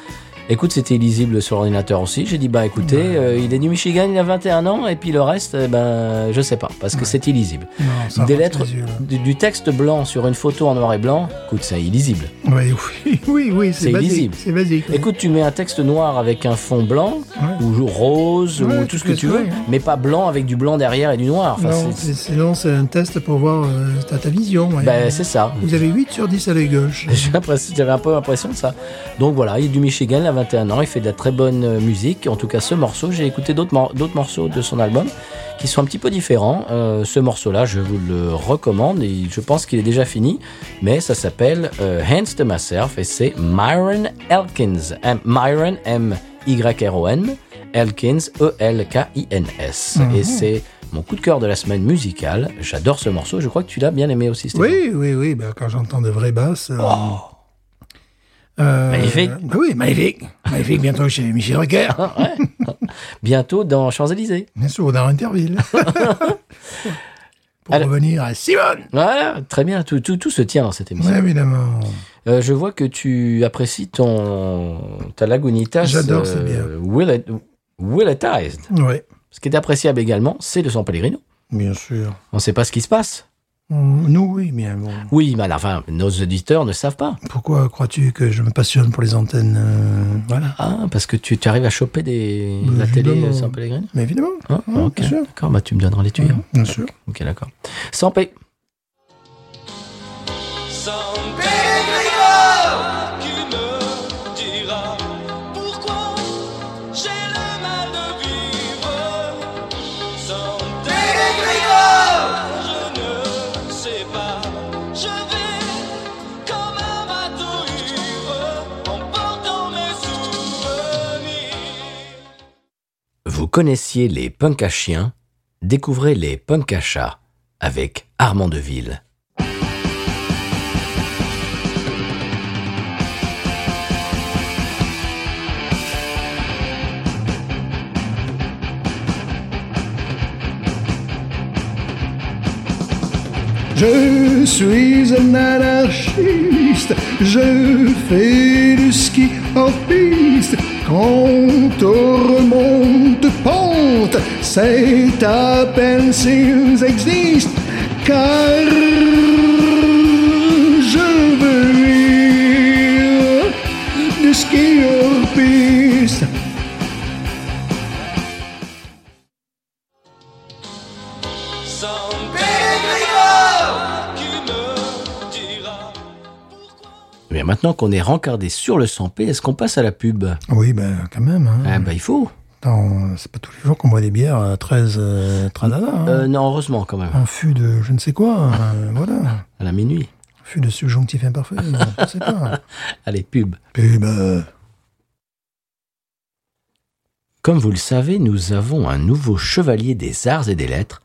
A: Écoute, c'était illisible sur l'ordinateur aussi. J'ai dit, bah écoutez, euh, il est du Michigan, il a 21 ans, et puis le reste, euh, ben je sais pas, parce que c'est illisible.
B: Non, ça
A: Des
B: rentre
A: lettres,
B: les yeux, là.
A: du, du texte blanc sur une photo en noir et blanc, écoute, c'est illisible.
B: Ouais, <laughs> oui, oui, oui,
A: C'est
B: c'est basique.
A: illisible.
B: C'est basique. ouais.
A: Écoute, tu mets un texte noir avec un fond blanc,
B: Ouais.
A: ou rose,
B: Ouais,
A: ou tout ce que
B: tu
A: tu
B: peux
A: veux,
B: essayer, hein.
A: mais pas blanc avec du blanc derrière et du noir. Enfin,
B: non,
A: c'est-
B: c'est- sinon, c'est un test pour voir euh, ta, ta vision. ouais.
A: ben, c'est ça.
B: Vous avez 8 sur 10 à l'œil gauche.
A: <laughs> J'ai l'impression- J'avais un peu l'impression de ça. Donc voilà, il est du Michigan, il a 21 ans, il fait de la très bonne euh, musique. En tout cas, ce morceau, j'ai écouté d'autres mor- d'autres morceaux de son album qui sont un petit peu différents. Euh, ce morceau-là, je vous le recommande et je pense qu'il est déjà fini, mais ça s'appelle euh, Hands to Myself et c'est Myron Elkins. M- Myron M-Y-R-O-N, Elkins E E-L-K-I-N-S. Et c'est mon coup de cœur de la semaine musicale. J'adore ce morceau, je crois que tu l'as bien aimé aussi, Stéphane.
B: Oui, oui, oui. ben, quand j'entends de vraies basses. euh, euh,
A: Magnifique.
B: ben oui, magnifique. Ah. Magnifique, bientôt chez Michel Drucker.
A: Bientôt dans Champs-Élysées.
B: Bien sûr, dans <laughs> Interville. Pour
A: Alors-
B: revenir à Simone.
A: Voilà, très bien, tout, tout, tout se tient dans cette émission.
B: Ouais, évidemment.
A: Euh, je vois que tu apprécies ton ta lagunitas. euh,
B: J'adore, c'est bien.
A: Willet- Willetized.
B: Oui,
A: Ce qui est appréciable également, c'est le San Pellegrino.
B: bien sûr.
A: On ne sait pas ce qui se passe.
B: Mm, Nous, oui, mais bon.
A: Oui, mais à la fin, nos auditeurs ne savent pas.
B: Pourquoi crois-tu que je me passionne pour les antennes euh, Voilà.
A: Ah, parce que tu, tu arrives à choper des,
B: Mais
A: la télé
B: Bah, évidemment.
A: San Pellegrino.
B: Mais évidemment.
A: Ah,
B: Ouais,
A: ok,
B: bien sûr. Mhm.
A: d'accord, bah, tu me donneras les tuyaux.
B: Bien sûr.
A: Ok, d'accord. San P.
D: San Pellegrino qui me dira pourquoi j'ai le mal de vivre. San Pellegrino, je ne sais pas, je vais comme un bateau ivre en portant mes souvenirs.
A: Vous connaissiez les punks à chiens découvrez les punks à chat avec Armand Deville.
B: Je suis un anarchiste, je fais du ski en piste. Quand on remonte pente, c'est à peine s'ils existent, car je veux vivre du ski en piste.
D: Sans Grégoire qui me dira
A: Eh Bien, maintenant qu'on est rencardé sur le 100p, est-ce qu'on passe à la pub
B: Oui, ben quand même. hein.
A: Ah bah il faut.
B: Attends, c'est pas tous les jours qu'on boit des bières à 13 euh, tralala. hein.
A: Euh, non, heureusement quand même.
B: Un fût de je ne sais quoi, euh, <laughs> voilà.
A: À la minuit.
B: Un fût de subjonctif imparfait, euh, je ne sais pas.
A: Allez, pub.
B: Pub. euh,
A: Comme vous le savez, nous avons un nouveau chevalier des arts et des lettres,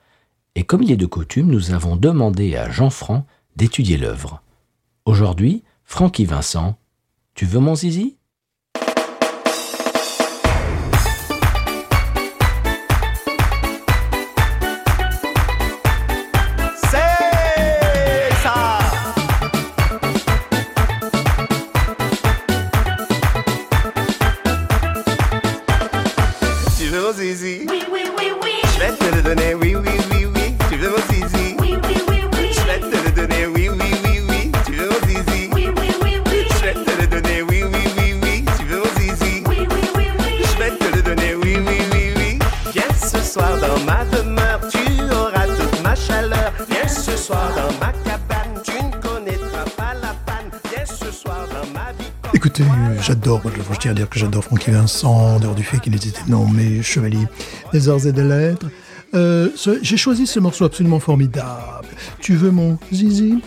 A: et comme il est de coutume, nous avons demandé à Jean-Franc d'étudier l'œuvre. Aujourd'hui, Francky Vincent, tu veux mon zizi
E: C'est ça Tu veux mon zizi
F: Oui, oui, oui, oui.
E: Je vais te le donner, oui, oui, oui, oui. Tu veux mon zizi
F: Oui, oui, oui, oui.
E: Je vais te le donner, oui, oui, oui, oui. Tu veux mon zizi
F: Oui, oui, oui, oui.
E: Je vais te le donner, oui, oui, oui, oui. Tu veux mon zizi
F: Oui, oui, oui, oui.
E: Je vais te le donner, oui, oui, oui, oui. Viens ce soir dans ma demeure, tu auras toute ma chaleur. Viens ce soir dans ma cabane, tu ne connaîtras pas la panne. Viens ce soir dans ma vie.
B: Écoutez, euh, j'adore, moi, je tiens à dire que j'adore Francky Vincent, en dehors du fait qu'il était nommé chevalier des arts et des lettres. Euh, ce- J'ai choisi ce morceau absolument formidable. Tu veux mon zizi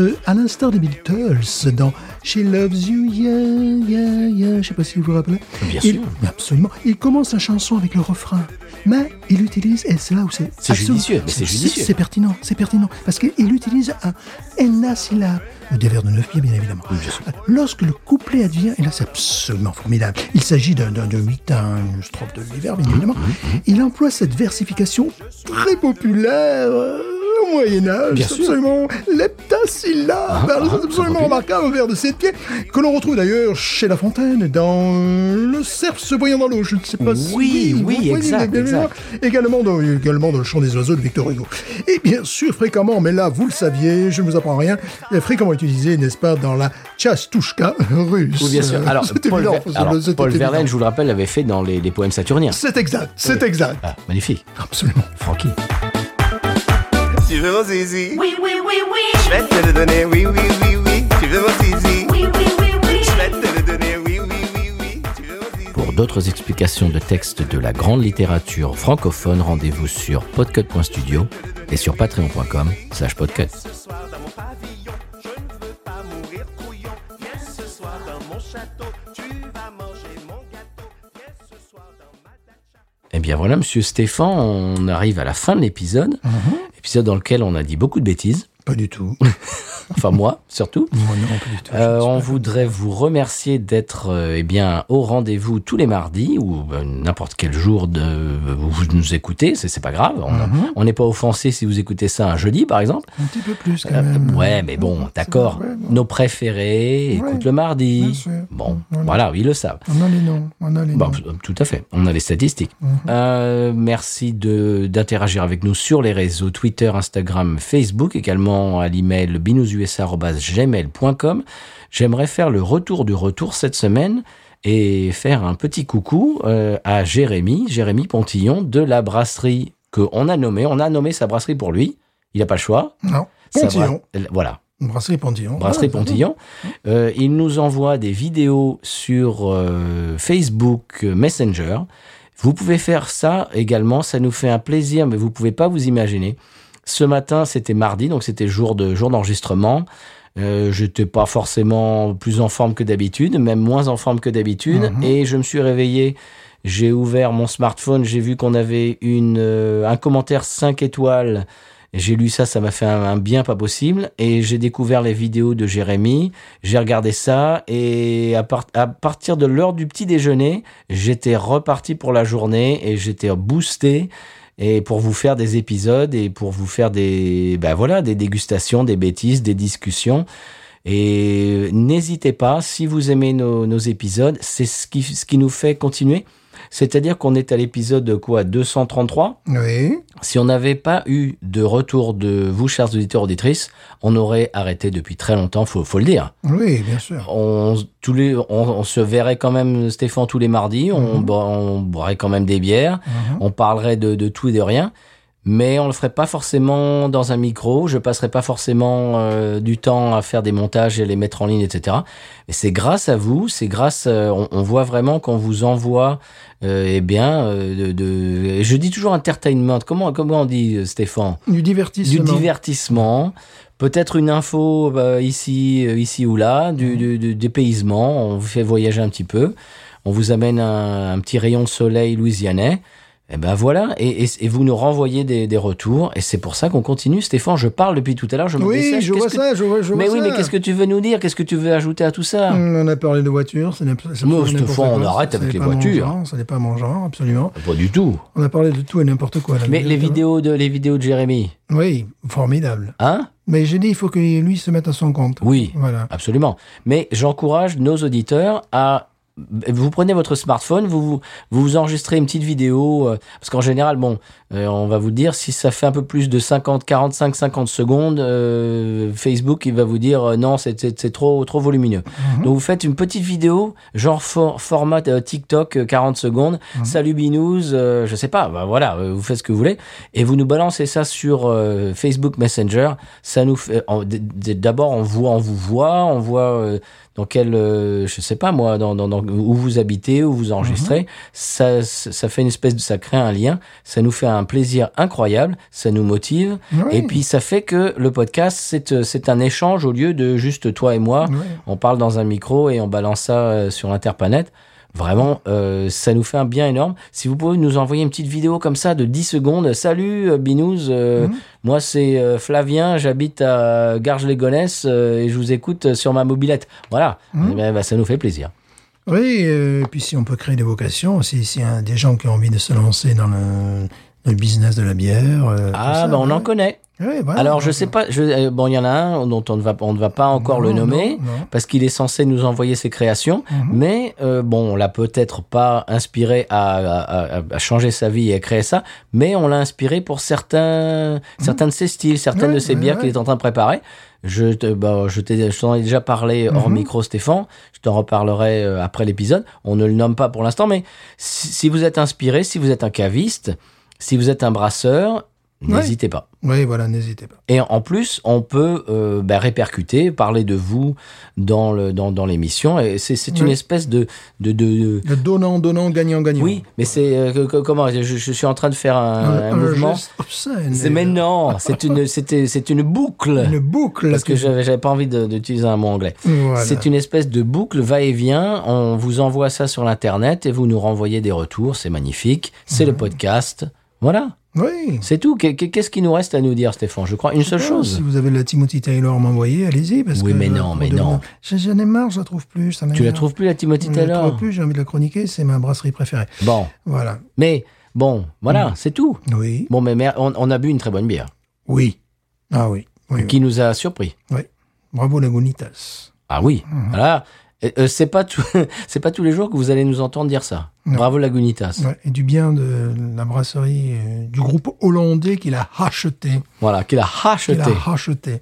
B: Euh, À l'instar des Beatles, dans She Loves You, yeah, yeah, yeah, je sais pas si vous vous rappelez.
A: Bien
B: Il-
A: sûr.
B: Absolument. Il commence la chanson avec le refrain, mais il utilise, et c'est là où c'est
A: C'est
B: absolument-
A: judicieux, mais c'est judicieux.
B: C'est pertinent, c'est pertinent, parce qu'il utilise un enna syllabe, des vers de neuf pieds, bien évidemment. Lorsque le couplet advient, et là c'est absolument formidable, il s'agit d'un d'un- de huit, un- une strophe de huit vers, bien évidemment, il emploie cette versification très populaire. euh, au Moyen-Âge,
A: Bien
B: c'est
A: sûr.
B: absolument l'heptasyllabe,
A: Ah, ah,
B: c'est absolument
A: entendu.
B: remarquable, un vers de sept pieds, que l'on retrouve d'ailleurs chez La Fontaine, dans euh, Le cerf se voyant dans l'eau, je ne sais pas si...
A: Oui,
B: vous
A: oui,
B: voyez,
A: exact,
B: bien évidemment.
A: exact.
B: Également dans, également dans le chant des oiseaux de Victor Hugo. Et bien sûr, fréquemment, mais là, vous le saviez, je ne vous apprends rien, est fréquemment utilisé, n'est-ce pas, dans la chastushka russe.
A: Oui, bien sûr.
B: Euh,
A: Alors,
B: c'est
A: Paul,
B: évident,
A: Ver-
B: c'est-
A: alors,
B: c'est
A: Paul
B: évident.
A: Verlaine, je vous le rappelle, l'avait fait dans les, les poèmes saturniens.
B: C'est exact, c'est exact.
A: Ah, magnifique.
B: Absolument.
A: Francky.
E: Tu veux mon zizi
F: Oui, oui, oui, oui.
E: Je vais te le donner, oui, oui, oui, oui. Tu veux mon zizi
F: Oui, oui, oui, oui.
E: Je vais te le donner, oui, oui, oui, oui. Tu veux mon zizi
A: Pour d'autres explications de textes de la grande littérature francophone, rendez-vous sur podcut.studio et sur patreon.com slash podcut.
E: ce soir dans mon pavillon, je ne veux pas mourir couillon. Viens ce soir dans mon château, tu vas manger mon gâteau. Viens ce soir dans ma dacha.
A: Eh bien voilà, monsieur Stéphane, on arrive à la fin de l'épisode. Épisode dans lequel on a dit beaucoup de bêtises.
B: Pas du tout.
A: Enfin, moi, <laughs> surtout.
B: Moi, non, pas du tout.
A: Euh, on voudrait vous remercier d'être euh, eh bien au rendez-vous tous les mardis ou ben, n'importe quel jour de où vous nous écoutez, c'est c'est pas grave, on on n'est pas offensé si vous écoutez ça un jeudi par exemple.
B: Un petit peu plus, quand
A: Euh,
B: même.
A: ouais, mais bon, d'accord.
B: ouais, bon.
A: Nos préférés
B: Ouais,
A: écoutent le mardi.
B: bien sûr.
A: Bon,
B: Voilà.
A: voilà, ils le savent.
B: On a les noms, on a les
A: Bon,
B: noms.
A: tout à fait. On a les statistiques.
B: Mhm.
A: Euh, merci de d'interagir avec nous sur les réseaux Twitter, Instagram, Facebook, également à l'email binoususa@gmail.com. J'aimerais faire le retour du retour cette semaine et faire un petit coucou euh, à Jérémy, Jérémy Pontillon de la brasserie que on a nommé. On a nommé sa brasserie pour lui. Il n'a pas le choix.
B: Non,
A: Sa
B: Pontillon.
A: bra- Voilà.
B: Brasserie Pontillon.
A: Brasserie
B: Voilà,
A: Pontillon. Euh, il nous envoie des vidéos sur euh, Facebook Messenger. Vous pouvez faire ça également, ça nous fait un plaisir, mais vous pouvez pas vous imaginer. Ce matin, c'était mardi, donc c'était jour de jour d'enregistrement. Euh, J'étais pas forcément plus en forme que d'habitude, même moins en forme que d'habitude.
B: Mhm.
A: Et je me suis réveillé. J'ai ouvert mon smartphone. J'ai vu qu'on avait une, euh, un commentaire 5 étoiles. J'ai lu ça, ça m'a fait un, un bien pas possible. Et j'ai découvert les vidéos de Jérémy. J'ai regardé ça. Et à, part- à partir de l'heure du petit déjeuner, j'étais reparti pour la journée et j'étais boosté et pour vous faire des épisodes et pour vous faire des bah voilà des dégustations, des bêtises, des discussions. Et n'hésitez pas si vous aimez nos, nos épisodes, c'est ce qui ce qui nous fait continuer. C'est-à-dire qu'on est à l'épisode quoi 233.
B: Oui.
A: Si on n'avait pas eu de retour de vous chers auditeurs auditrices, on aurait arrêté depuis très longtemps, faut faut le dire
B: Oui, bien sûr.
A: on, tous les, on, on se verrait quand même, Stéphane, tous les mardis. On, bo- on boirait quand même des bières.
B: Mhm.
A: On parlerait de, de tout et de rien. Mais on le ferait pas forcément dans un micro. Je passerais pas forcément euh, du temps à faire des montages et les mettre en ligne, etc. Mais c'est grâce à vous. C'est grâce. euh, on, on voit vraiment qu'on vous envoie. Euh, eh bien, euh, de, de- je dis toujours entertainment. Comment comment on dit, euh, Stéphane
B: Du divertissement.
A: du divertissement, peut-être une info bah, ici, euh, ici ou là, du, du, du dépaysement. On vous fait voyager un petit peu. On vous amène un, un petit rayon de soleil louisianais. Et ben voilà. Et, et- et vous nous renvoyez des, des retours. Et c'est pour ça qu'on continue. Stéphane, je parle depuis tout à l'heure. Je me
B: oui,
A: dessèche.
B: je
A: Qu'est-ce que-
B: vois ça, je vois, je
A: Mais
B: vois
A: oui,
B: ça. Mm. Hum,
A: mais qu'est-ce que tu veux nous dire Qu'est-ce que tu veux ajouter à tout ça
B: On a parlé de voitures, c'est n'importe c'est
A: Mais
B: absolument
A: cette
B: n'importe
A: fois, on
B: quoi.
A: arrête
B: Ça
A: avec
B: n'est
A: les
B: pas mon
A: voitures.
B: genre, Ça n'est pas mon genre, absolument.
A: Pas du tout.
B: On a parlé de tout et n'importe quoi. là.
A: Mais les vidéos de les vidéos de Jérémy,
B: Oui, formidable.
A: hein
B: Mais j'ai dit, il faut que lui se mette à son compte.
A: Oui.
B: Voilà.
A: Absolument. Mais j'encourage nos auditeurs à vous prenez votre smartphone, vous vous, vous vous enregistrez une petite vidéo, euh, parce qu'en général, bon, euh, on va vous dire, si ça fait un peu plus de 50, 45, 50 secondes, euh, Facebook, il va vous dire, euh, non, c'est- c'est c'est trop, trop volumineux. Donc vous faites une petite vidéo, genre for- format euh, TikTok, euh, 40 secondes, salut Binous, euh, je sais pas, bah voilà, euh, vous faites ce que vous voulez, et vous nous balancez ça sur euh, Facebook Messenger, ça nous fait en- d- d- d'abord on voit on vous voit on voit euh, dans quel euh, je sais pas moi dans, dans- dans- où vous habitez où vous enregistrez ça ça fait une espèce de ça crée un lien ça nous fait un plaisir incroyable ça nous motive
B: Oui.
A: et puis ça fait que le podcast c'est euh, c'est un échange au lieu de juste toi et moi
B: Oui.
A: on parle dans un micro et on balance ça euh, sur Interplanet. Vraiment, euh, ça nous fait un bien énorme. Si vous pouvez nous envoyer une petite vidéo comme ça de 10 secondes. Salut euh, Binous, euh,
B: Mhm.
A: moi c'est euh, Flavien, j'habite à Garges-les-Gonesses euh, et je vous écoute sur ma mobilette. Voilà,
B: Mhm.
A: Eh ben, bah, ça nous fait plaisir.
B: Oui, euh, et puis si on peut créer des vocations, si, si y a des gens qui ont envie de se lancer dans le, dans le business de la bière. euh, tout
A: Ah,
B: ça,
A: ben on en
B: ouais. Ah
A: connaît.
B: Ouais, voilà.
A: Alors je sais pas, je, euh, bon il y en a un dont on ne va, on ne va pas encore le
B: Non,
A: nommer
B: non, non.
A: parce qu'il est censé nous envoyer ses créations,
B: Mhm.
A: mais euh, bon on l'a peut-être pas inspiré à, à- à- à changer sa vie et à créer ça, mais on l'a inspiré pour certains, certains de ses styles, certaines
B: Mhm. Ouais,
A: de ses
B: ouais,
A: bières
B: ouais.
A: qu'il est en train de préparer. Je te, bah, je t'ai- je t'en ai déjà parlé hors
B: Mhm.
A: micro, Stéphane. Je t'en reparlerai euh, après l'épisode. On ne le nomme pas pour l'instant, mais si, si vous êtes inspiré, si vous êtes un caviste, si vous êtes un brasseur,
B: Ouais.
A: n'hésitez pas.
B: Oui, voilà, n'hésitez pas.
A: Et en plus, on peut euh, bah, répercuter, parler de vous dans le dans, dans l'émission. Et c'est c'est une
B: Oui.
A: espèce de de, de-
B: Le donnant, donnant, gagnant, gagnant.
A: oui, mais c'est euh, que- que- comment je, je suis en train de faire un,
B: un,
A: un
B: un
A: mouvement.
B: geste oh, obscène.
A: C'est mais non, c'est une c'était c'est une boucle.
B: Une boucle.
A: parce que j'avais j'avais pas envie de- d'utiliser un mot anglais.
B: Voilà.
A: C'est une espèce de boucle va-et-vient. On vous envoie ça sur l'internet et vous nous renvoyez des retours. C'est magnifique. C'est le podcast. Voilà,
B: Oui.
A: c'est tout. Qu'est- Qu'est-ce qu'il nous reste à nous dire, Stéphane Je crois une seule chose.
B: Si vous avez la Timothy Taylor à m'envoyer, allez-y. parce
A: Oui,
B: que
A: mais
B: je la
A: non,
B: trouve
A: mais
B: de-
A: non.
B: J'en j'en ai marre, je la trouve plus. ça
A: Tu la
B: m'énerve.
A: trouves plus la Timothy
B: Je la
A: Taylor
B: trouve plus, j'ai envie de la chroniquer, c'est ma brasserie préférée.
A: Bon,
B: Voilà.
A: mais bon, voilà, c'est tout.
B: Oui.
A: Bon, mais mer- on, on a bu une très bonne bière
B: Oui. Ah oui. Oui, oui.
A: qui nous a surpris.
B: oui. Bravo Lagunitas.
A: Ah oui, voilà. Euh, euh, c'est pas tout- <laughs> c'est pas tous les jours que vous allez nous entendre dire ça. Bravo Lagunitas.
B: Ouais, et du bien de la brasserie euh, du groupe hollandais qu'il a racheté.
A: Voilà, qu'il a
B: Qu'il a
A: racheté.
B: racheté.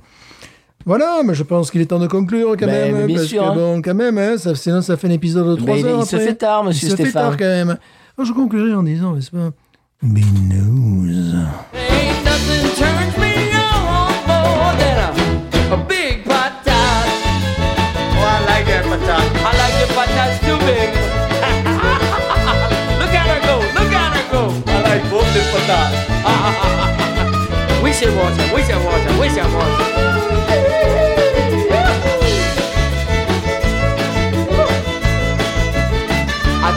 B: Voilà, mais je pense qu'il est temps de conclure quand
A: Mais-
B: même.
A: mais
B: hein,
A: bien
B: parce
A: sûr,
B: que
A: hein.
B: bon, quand même, hein, ça- sinon ça fait un épisode de 3
A: Mais il-
B: heures.
A: il se
B: après.
A: fait tard, monsieur
B: Il se fait
A: Stéphane.
B: tard quand même. Alors, je conclurai en disant, n'est-ce pas Binous.
G: Ain't nothing turns me on more than a, a big patat. Oh, I like that patat. I like the patats too big. <laughs> look at her go, look at her go. I like both the <laughs> patats. we should watch her, we should watch her, we should watch her.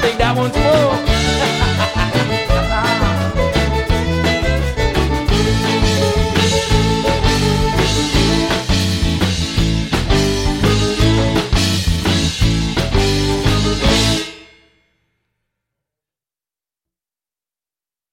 G: think that one's full.